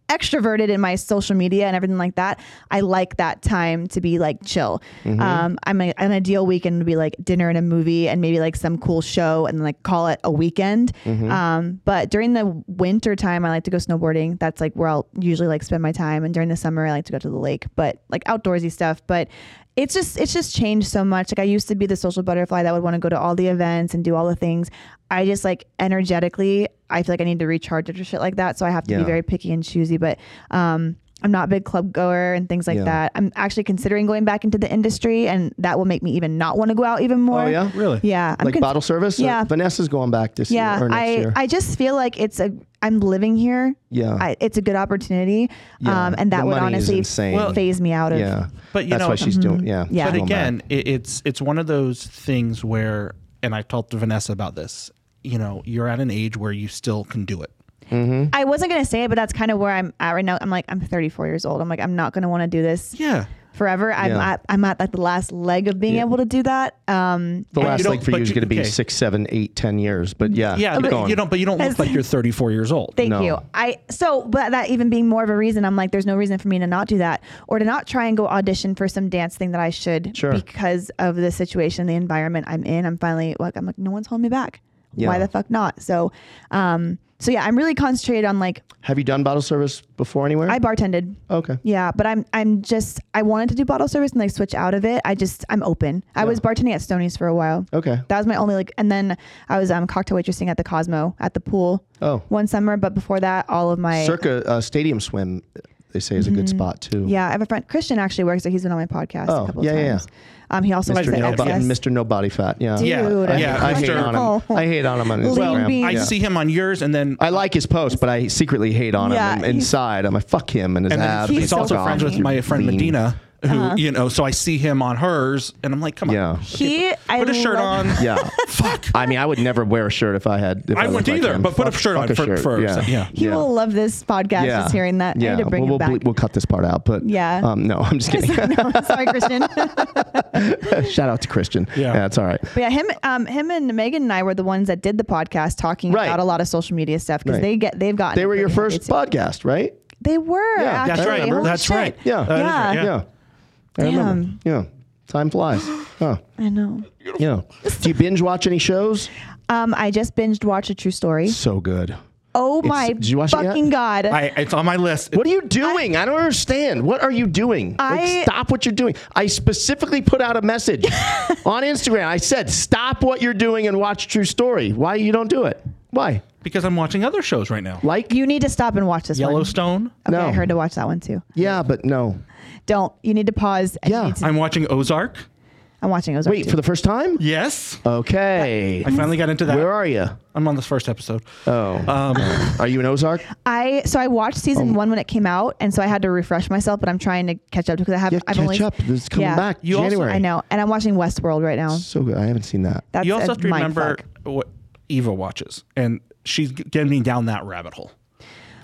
extroverted in my social media and everything like that i like that time to be like chill um, i'm a, an ideal weekend would be like dinner and a movie and maybe like some cool show and like call it a weekend um, but during the winter time i like to go snowboarding that's like where i'll usually like spend my time and during the summer i like to go to the lake but like outdoorsy stuff but it's just it's just changed so much. Like I used to be the social butterfly that would want to go to all the events and do all the things. I just like energetically, I feel like I need to recharge it or shit like that. So I have to Yeah. be very picky and choosy. But um, I'm not a big club goer and things like Yeah. that. I'm actually considering going back into the industry, and that will make me even not want to go out even more. Oh, yeah? really? yeah. I'm like cons- bottle service? Or- yeah. Vanessa's going back this yeah. year or next I year. I just feel like it's a I'm living here. Yeah. I, it's a good opportunity. Yeah. Um, and that The would money is honestly insane. Well- phase me out of. yeah. But, you That's know- why she's doing, yeah. Yeah. But going back. again, it, it's it's one of those things where, and I talked to Vanessa about this. You know, you're at an age where you still can do it. I wasn't gonna say it, but that's kind of where I'm at right now. I'm like, I'm 34 years old. I'm like, I'm not gonna want to do this Yeah. forever. I'm Yeah. at I'm at like the last leg of being able to do that. Um, The And last you thing don't- for you but is you- going to be okay. Mm-hmm. six, seven, eight, ten years. But yeah, Yeah, keep but going. you don't. But you don't As- look like you're 34 years old. Thank No. you. I so, but that even being more of a reason, I'm like, there's no reason for me to not do that or to not try and go audition for some dance thing that I should Sure. because of the situation, the environment I'm in. I'm finally like, I'm like, no one's holding me back. Why Yeah. the fuck not? So, um, so yeah, I'm really concentrated on like Have you done bottle service before anywhere? I bartended. okay. Yeah, but I'm I'm just I wanted to do bottle service and like switch out of it. I just I'm open. I was bartending at Stoney's for a while. Okay. That was my only like, and then I was um cocktail waitressing at the Cosmo at the pool. Oh. One summer, but before that, all of my Circa uh, Stadium Swim, they say, is a Mm-hmm. good spot too. Yeah, I have a friend Christian actually works there. He's been on my podcast Oh, a couple yeah, of yeah, times. Um, he also works Mr. at No Nobody- Body, XS. Mr. No Body Fat. Yeah. Dude, Yeah, I'm yeah, I Mr. hate on Oh. him. I hate on him on Lean Instagram. beans. I yeah. see him on yours, and then I like his post, but I secretly hate on Yeah, him he's- inside. I'm like, fuck him and his and then abs. he's, He's so also Fuck off, friends with you my friend bean. Medina, who you know. So I see him on hers, and I'm like, come on, Yeah. Uh-huh. He, I put a shirt love- on. Yeah. Fuck. I mean, I would never wear a shirt if I had. If I I looked wouldn't like either, him. but put a Fuck- shirt on fuck a for- shirt. for- yeah. yeah. He Yeah. will love this podcast. Yeah. Just hearing that. I Yeah. had to bring we'll, him we'll, back. bleep- we'll cut this part out, but Yeah. Um, no, I'm just kidding. No, sorry, Christian. but Shout out to Christian. Yeah. it's all right. yeah, him, um, him, and Megan and I were the ones that did the podcast, talking Right. about a lot of social media stuff because Right. they get they've gotten. They it were your pretty first heavy, too. podcast, right? They were. Yeah, actually. that's That's right. Holy That's shit. right. Yeah. That is right, Yeah. Yeah. I remember. Damn. Yeah. Time flies. Huh. I know. Yeah. Do you binge watch any shows? Um, I just binged watch a true story. So good. Oh It's- my did you watch it yet? fucking god! I, it's on my list. What are you doing? I, don't understand. What are you doing? I- like, stop what you're doing. I specifically put out a message on Instagram. I said, stop what you're doing and watch True Story. Why you don't do it? Why? Because I'm watching other shows right now. Like? you need to stop and watch this one. Yellowstone. Okay, No. I heard to watch that one too. yeah, but no. Don't. You need to pause. And you Yeah. need to- I'm watching Ozark. I'm watching Ozark. Wait, too. for the first time? Yes. Okay. I finally got into that. Where are you? I'm on this first episode. Um, Oh. are you in Ozark? I so I watched season Oh. one when it came out, and so I had to refresh myself. But I'm trying to catch up because I have. Yeah, I've catch only, up. This is coming back You also- January. I know, and I'm watching Westworld right now. So good. I haven't seen that. That's you also a have to remember mindfuck. what Eva watches, and she's g- getting me down that rabbit hole.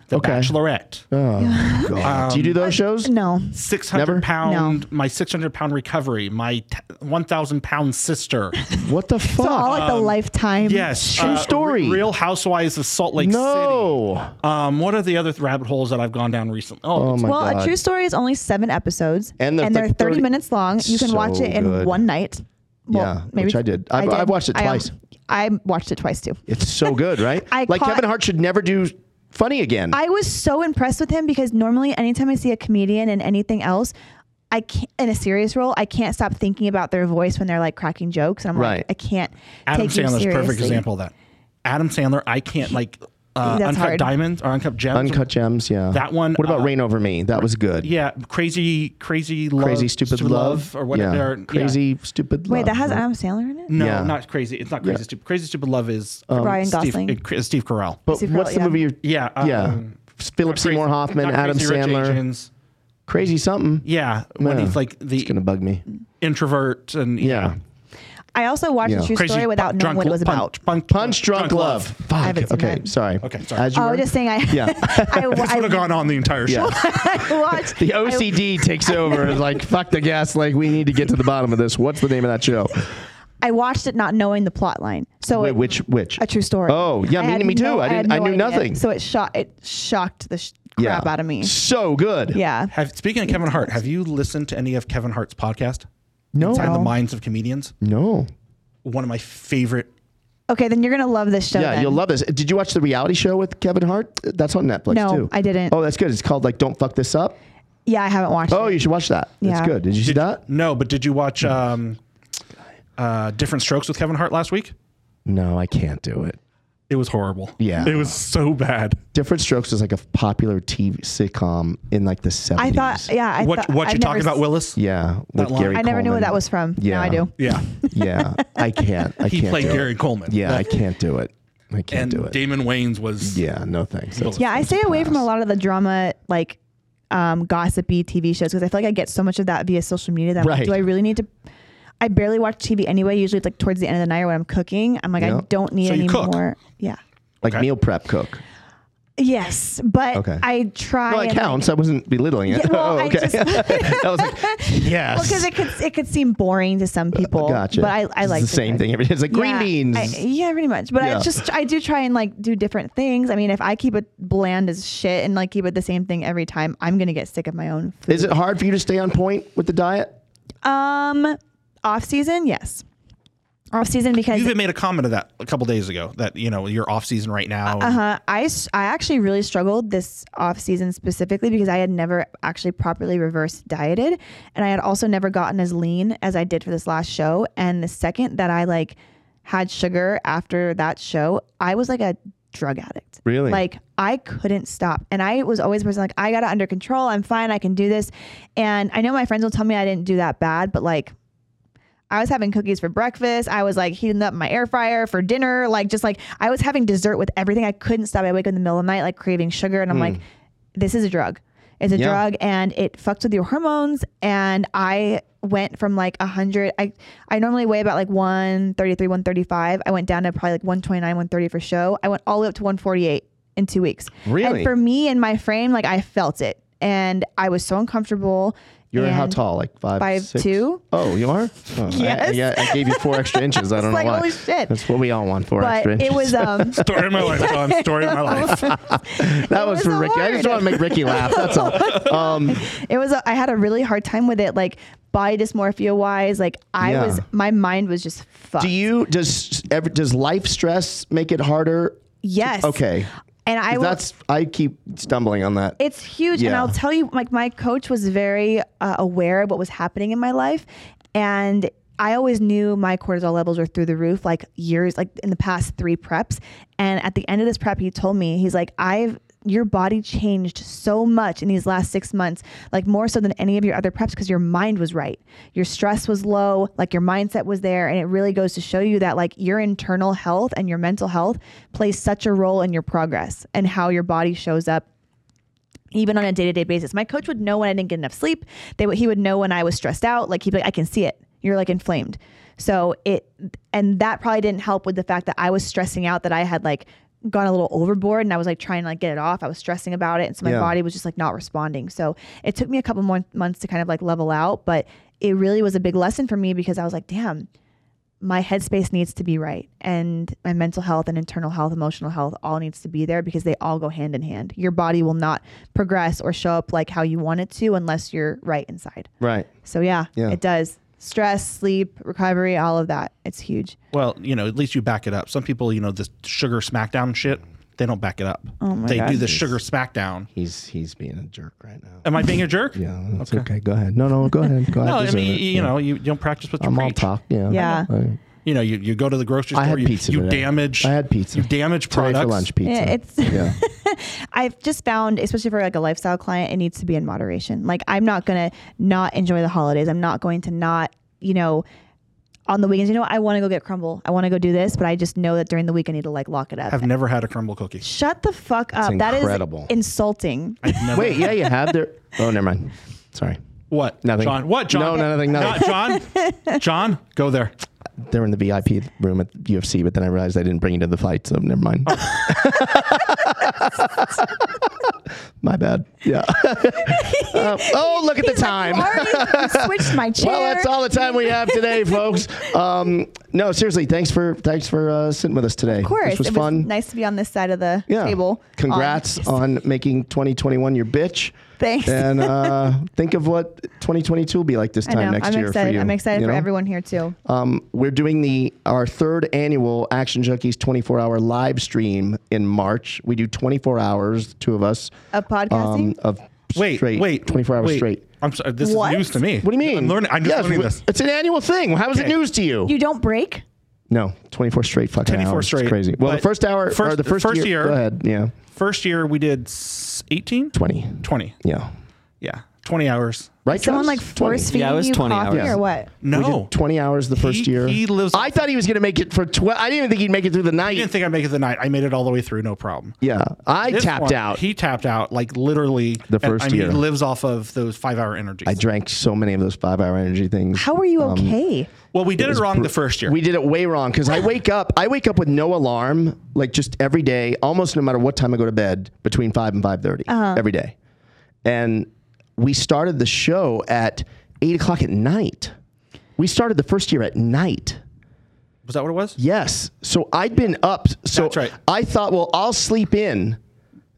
The Okay. Bachelorette. Oh, Um, God. Do you do those shows? No, Six Never? hundred pound, my six hundred pound recovery, my t- one thousand pound sister. What the so fuck? all like the lifetime. Um, yes, True uh, story. Re- Real Housewives of Salt Lake no. City. Um, what are the other th- rabbit holes that I've gone down recently? Oh, Oh my well, God. a true story is only seven episodes, And they're they're like 30, 30 minutes long. You can watch So it in good. one night. Well, Yeah, which I did. I've- I've watched it I, um, twice. I, watched it twice too. It's so good, right? I like caught- Kevin Hart should never do funny again. I was so impressed with him because normally, anytime I see a comedian in anything else, I can't in a serious role, I can't stop thinking about their voice when they're like cracking jokes, and I'm Right. like, I can't Adam take you Sandler's seriously. perfect example of that. Adam Sandler, I can't like uh, That's uncut hard. diamonds or uncut gems. Uncut Gems, yeah. That one, What about uh, Rain Over Me? That was good. Yeah, crazy, crazy, love, Crazy Stupid Love. or whatever. Yeah. or- yeah. Crazy Stupid Love. Wait, that has Adam Sandler in it. No, Yeah. not crazy. It's not crazy. Yeah. Um, Stupid. Crazy stupid love is Ryan Steve, Gosling. uh, Cr- Steve Carell. But Super- what's the yeah. movie you're. yeah, um, yeah. Philip not Seymour Crazy- Hoffman, not Adam Crazy Rich Sandler. Asians. Crazy something. Yeah, when Yeah. he's like the It's going to bug me. introvert and Yeah. I also watched Yeah. a true story without knowing what it was about. punch, punch, Punch Drunk, Love. Fuck. haven't seen okay, that. sorry. Okay, sorry. As you Oh, were? just saying, I Yeah. I, This would I, have gone on the entire yeah. show. I watched The OCD takes over. It's like, fuck the gas. Like, we need to get to the bottom of this. What's the name of that show? I watched it not knowing the plot line. So Wait, Oh, it- which which? a true story. Oh, yeah, I me- had me too. I had didn't- I knew idea. nothing. So it shot it shocked the sh- crap out of me. So good. Yeah. Have, speaking of Kevin Hart, have you listened to any of Kevin Hart's podcast? No. Inside the No. Minds of Comedians. No. One of my favorite. Okay, then you're gonna love this show. yeah, then. you'll love this. Did you watch the reality show with Kevin Hart? That's on Netflix No, too. I didn't. Oh, that's good. It's called like Don't Fuck This Up. Yeah, I haven't watched Oh, it. you should watch that. It's Yeah. good. Did you see Did- that? No, but did you watch um, uh, Different Strokes with Kevin Hart last week? No, I can't do it. It was horrible. Yeah. It was so bad. Different Strokes was like a popular TV sitcom in like the 70s. I thought. Yeah. I what thought, what I've you never talking about, s- Willis? Yeah, with line. Gary I never knew Coleman. what that was from. Yeah. Now I do. Yeah. Yeah, I can't. I He can't played do it. Gary Coleman. Yeah, I can't do it. I And can't do it. Damon Wayans was yeah, no thanks. That's- Yeah, I stay away from a lot of the drama, like um, gossipy TV shows, because I feel like I get so much of that via social media. That I'm like, Right. do I really need to? I barely watch TV anyway. Usually, it's like towards the end of the night when I'm cooking. I'm like, Yeah. I don't need So you any cook? more. Yeah. like Okay. meal prep cook. Yes, but Okay. I try. Well, it and, like- counts. I wasn't belittling it. Yeah, well, oh, I okay. just- that was like, yes. Well, because it could it could seem boring to some people. Uh, Gotcha. But I, I It's like the same thing. every day. It's like green Yeah, beans. I- yeah, pretty much. But Yeah. I just I do try and like do different things. I mean, if I keep it bland as shit and like keep it the same thing every time, I'm gonna get sick of my own food. Is it hard for you to stay on point with the diet? Um, off season, yes. Off season because You even made a comment of that a couple days ago that you know you're off season right now. and- Uh, I, s- I actually really struggled this off season specifically because I had never actually properly reverse dieted. And I had also never gotten as lean as I did for this last show. And the second that I like had sugar after that show, I was like a drug addict. Really? Like I couldn't stop. And I was always a person like, I got it under control. I'm fine. I can do this. And I know my friends will tell me I didn't do that bad, but like I was having cookies for breakfast. I was like heating up my air fryer for dinner. Like just like I was having dessert with everything. I couldn't stop. I wake up in the middle of the night like craving sugar, and I'm like, this is a drug. It's a Yeah. drug, and it fucks with your hormones. And I went from like a hundred. I I normally weigh about like 133, 135. I went down to probably like 129, 130 for show. I went all the way up to 148 in two weeks. Really? And for me and my frame, like I felt it, and I was so uncomfortable. You're how and- tall? Like five, five, six? two. Oh, you are. Oh, I- Yes. yeah, I gave you four extra inches. I don't know like, why. holy shit. That's what we all want. Four But extra inches. it was um. story of my life, John. Story of my life. that it was was for Ricky. I just want hard. to make Ricky laugh. That's all. Um, it was a, i had a really hard time with it like body dysmorphia wise like i Yeah. was my mind was just fucked do you does ever, does life stress make it harder? yes Okay. and i will, That's I keep stumbling on that. it's huge and Yeah. i'll tell you like my coach was very uh, aware of what was happening in my life and i always knew my cortisol levels were through the roof like years like in the past three preps and at the end of this prep he told me he's like i've your body changed so much in these last six months, like more so than any of your other preps, because your mind was right. Your stress was low, like your mindset was there. And it really goes to show you that, like, your internal health and your mental health plays such a role in your progress and how your body shows up even on a day to day basis. My coach would know when I didn't get enough sleep. They would, he would know when I was stressed out. Like he'd be like, I can see it. You're like inflamed. So it, and that probably didn't help with the fact that I was stressing out that I had like gone a little overboard and I was like trying to like get it off. I was stressing about it. And so my Yeah. body was just like not responding. So it took me a couple more months to kind of like level out, but it really was a big lesson for me because I was like, damn, my headspace needs to be right and my mental health and internal health emotional health all needs to be there because they all go hand in hand your body will not progress or show up like how you want it to unless you're right inside right. so yeah, Yeah. it does stress sleep recovery all of that it's huge Well, you know, at least you back it up. Some people, you know, this sugar smackdown shit, they don't back it up. they do the sugar smackdown. He's he's being a jerk right now. Am I being a jerk? Yeah. That's okay. Go ahead. No, no. Go ahead. Go ahead. No, I Deserve mean, it. you Yeah. know, you, you don't practice what you I'm all preach. talk. Yeah. Yeah. I- You know, you, you go to the grocery I store, had you, pizza you today. damage I had pizza. You damage Today products. for lunch pizza. Yeah, it's- yeah. I've just found, especially for like a lifestyle client, it needs to be in moderation. Like I'm not gonna not enjoy the holidays. I'm not going to not, you know, on the weekends. You know, what? I want to go get crumble. I want to go do this, but I just know that during the week I need to like lock it up. I've never had a crumble cookie. Shut the fuck up. That is incredible. insulting. I've never Wait, yeah, you have there. Oh, never mind. Sorry, What? Nothing. John. What, John? No, nothing, nothing. Not John. John, go there. they were in the VIP room at UFC, but then I realized I didn't bring you to the fight, so never mind. Oh. My bad. Yeah. Uh, oh, look at the time. You already switched my chair. Well, that's all the time we have today, folks. Um, no, seriously, thanks for thanks for uh, sitting with us today. Of course, this was it fun. was nice to be on this side of the yeah. table. Congrats Um, on making 2021 your bitch. Thanks. And uh, think of what 2022 will be like this I know. time next I'm year excited. for you. I'm excited you for know? everyone here too. Um, we're doing the our third annual Action Junkies 24 hour live stream in March. We do 24 hours, the two of us. um, Of podcasting? of Wait, straight, wait. 24 hours wait. straight. I'm sorry. This is What? news to me. What do you mean? I'm learning. I'm just Yes, learning we- this. It's an annual thing. How is it Okay. news to you? You don't break. no, 24 straight fucking 24 hours. It's straight. crazy. Well, the But first hour or first- the first, first year, year- Go ahead. Yeah. First year we did s- 18? 20. 20. Yeah. Yeah. 20 hours. Right, Someone Travis? like force 20. feeding Yeah, it was you 20 coffee hours. or what? We did No, 20 hours the first He- year. he lives- I thought he was going to make it for 12. I didn't even think he'd make it through the I didn't night. think I'd make it the night. I made it all the way through, no problem. Yeah. I This tapped one, out. He tapped out like literally The and, first I mean, year. He lives off of those five hour energies. I drank so many of those five hour energy things. How were you okay? well, we did it, wrong the first year. We did it way wrong because I wake up. I wake up with no alarm, like just every day, almost no matter what time I go to bed, between five and five every day. And we started the show at eight o'clock at night. We started the first year at night. was that what it was? Yes. So I'd been up. So That's right. I thought, well, I'll sleep in.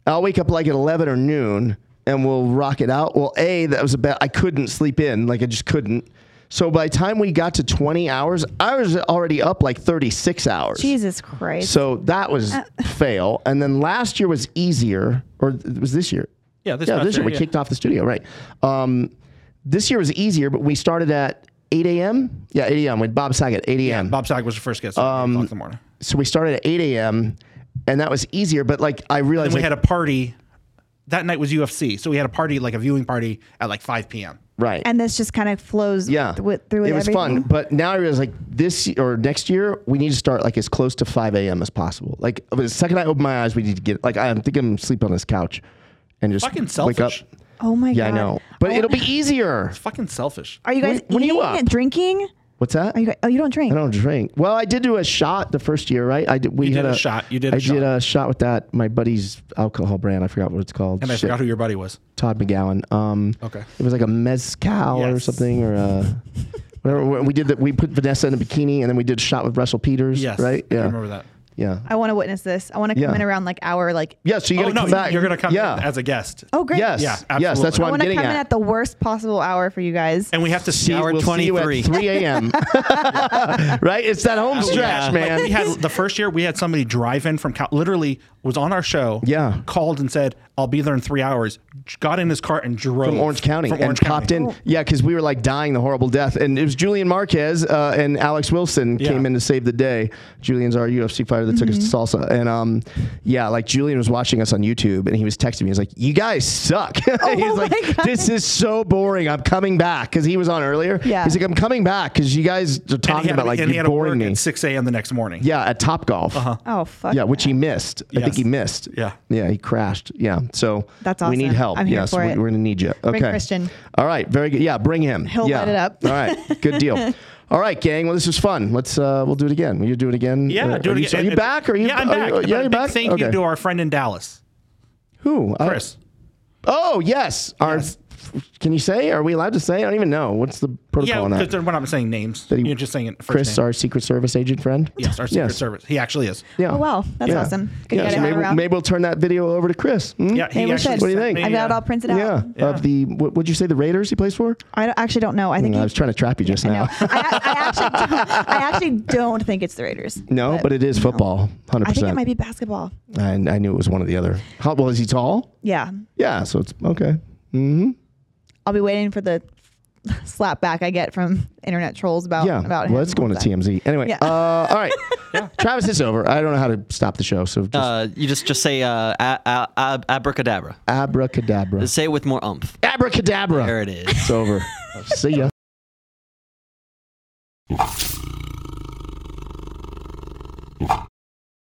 I'll wake up like at 11 or noon and we'll rock it out. Well, A, that was a bad, I couldn't sleep in. Like I just couldn't. So by the time we got to 20 hours, I was already up like 36 hours. Jesus Christ. Uh. So that was fail. And then last year was easier, or it was this year. Yeah, this yeah, past this year. year, We yeah. kicked off the studio, right? Um, this year was easier, but we started at 8 a.m. Yeah, 8 a.m. with Bob Saget, 8 a.m Bob Saget was the first guest. at eight Um, o'clock in the morning. so we started at 8 a.m. and that was easier. But like I Then realized, we like, had a party. That night was UFC, so we had a party like a viewing party at like five p.m. right, and this just kind of flows yeah, th- with- through with it was fun. everything. But now I realize, like this y- or next year, we need to start like as close to 5 a.m. as possible. Like the second I open my eyes, we need to get like I'm thinking I'm sleep on this couch and just Fucking wake up. selfish. Oh my Yeah, god. I know, but I it'll want- be easier. Fucking selfish. Are you guys When- when are you eating up? and drinking? What's that? Are you guys, oh, you don't drink. I don't drink. Well, I did do a shot the first year, right? I did. We You had did a shot. You did I a did shot. a shot with that. My buddy's alcohol brand. I forgot what it's called. And I Shit. forgot who your buddy was. Todd McGowan. Um, Okay. It was like a mezcal or Yes. something or a, whatever. We did that. We put Vanessa in a bikini and then we did a shot with Russell Peters. Yes, Right. Yeah. I remember that. Yeah. I want to witness this. I want to come Yeah. in around like hour like Yeah. So you oh gotta no, come back. you're gonna come Yeah. in as a guest. Oh great. yes. Yeah, yes. That's absolutely. what I I'm want to getting come at. in at the worst possible hour for you guys. and we have to See- see. Hour we'll see you at 23. 3 a.m. right? It's that home stretch, Yeah. man. Oh, Like we had the first year, we had somebody drive in from Cal- literally was on our show. Yeah. called and said, "I'll be there in three hours." Got in his car and drove from Orange County from and Orange popped County. Oh. in. Yeah, because we were like dying the horrible death, and it was Julian Marquez uh, and Alex Wilson Yeah. came in to save the day. Julian's our UFC fighter that took us to Mm-hmm. salsa, and um, yeah, like Julian was watching us on YouTube, and he was texting me. He's like, "You guys suck." Oh He's like, "This is so boring. I'm coming back." Because he was on earlier. Yeah. He's like, "I'm coming back because you guys are And he talking had about to- like and he you're had to boring work me." at six a.m. the next morning. Yeah, at Top Golf. Uh-huh. oh fuck. Yeah, which he missed. I think Yes. he missed. Yeah. Yeah, he crashed. Yeah. So That's We need awesome. help. I'm here yes, for we, it. are gonna need you. Okay. Bring Christian. All right. Very good. Yeah, bring him. He'll yeah. light it up. All right. Good deal. All right, gang. Well, this was fun. Let's uh, we'll do it again. Will you do it again? yeah. Or- do Uh, are it you, again. Are you And- back? Are you? Yeah, I'm are back. you- yeah, But you're big back. Thank okay. you to our friend in Dallas, Who? Uh, Chris. oh yes. Our. Yes. Can you say? Are we allowed to say? I don't even know. What's the protocol Yeah, on that? because we're not saying names. he- You're just saying it. First Chris, name. our Secret Service agent friend. yes, our Secret Yes. Service. He actually is. Yeah. Oh wow, that's Yeah. awesome. Good Yeah, to get so it maybe, around. maybe we'll turn that video over to Chris. Hmm? Yeah, he Maybe we actually. should. What do you sent think? me, I've got it uh, all printed Yeah, out. of the what would you say the Raiders he plays for? I don't, actually don't know. I think I he- was trying to trap you just I know. now. I, I actually, don't, I actually don't think it's the Raiders. No, but it is no. football, hundred I think percent. it might be basketball. And I knew it was one or the other. How well is he tall? Yeah, Yeah, so it's okay. I'll be waiting for the slap back I get from internet trolls about Yeah, about him. well, it's going to TMZ anyway. Yeah. Uh, all right, Travis, it's over. I don't know how to stop the show, so just Uh, you just just say uh, a- a- ab- abracadabra. abracadabra, Say it with more umph. abracadabra. There it is. It's over. See ya.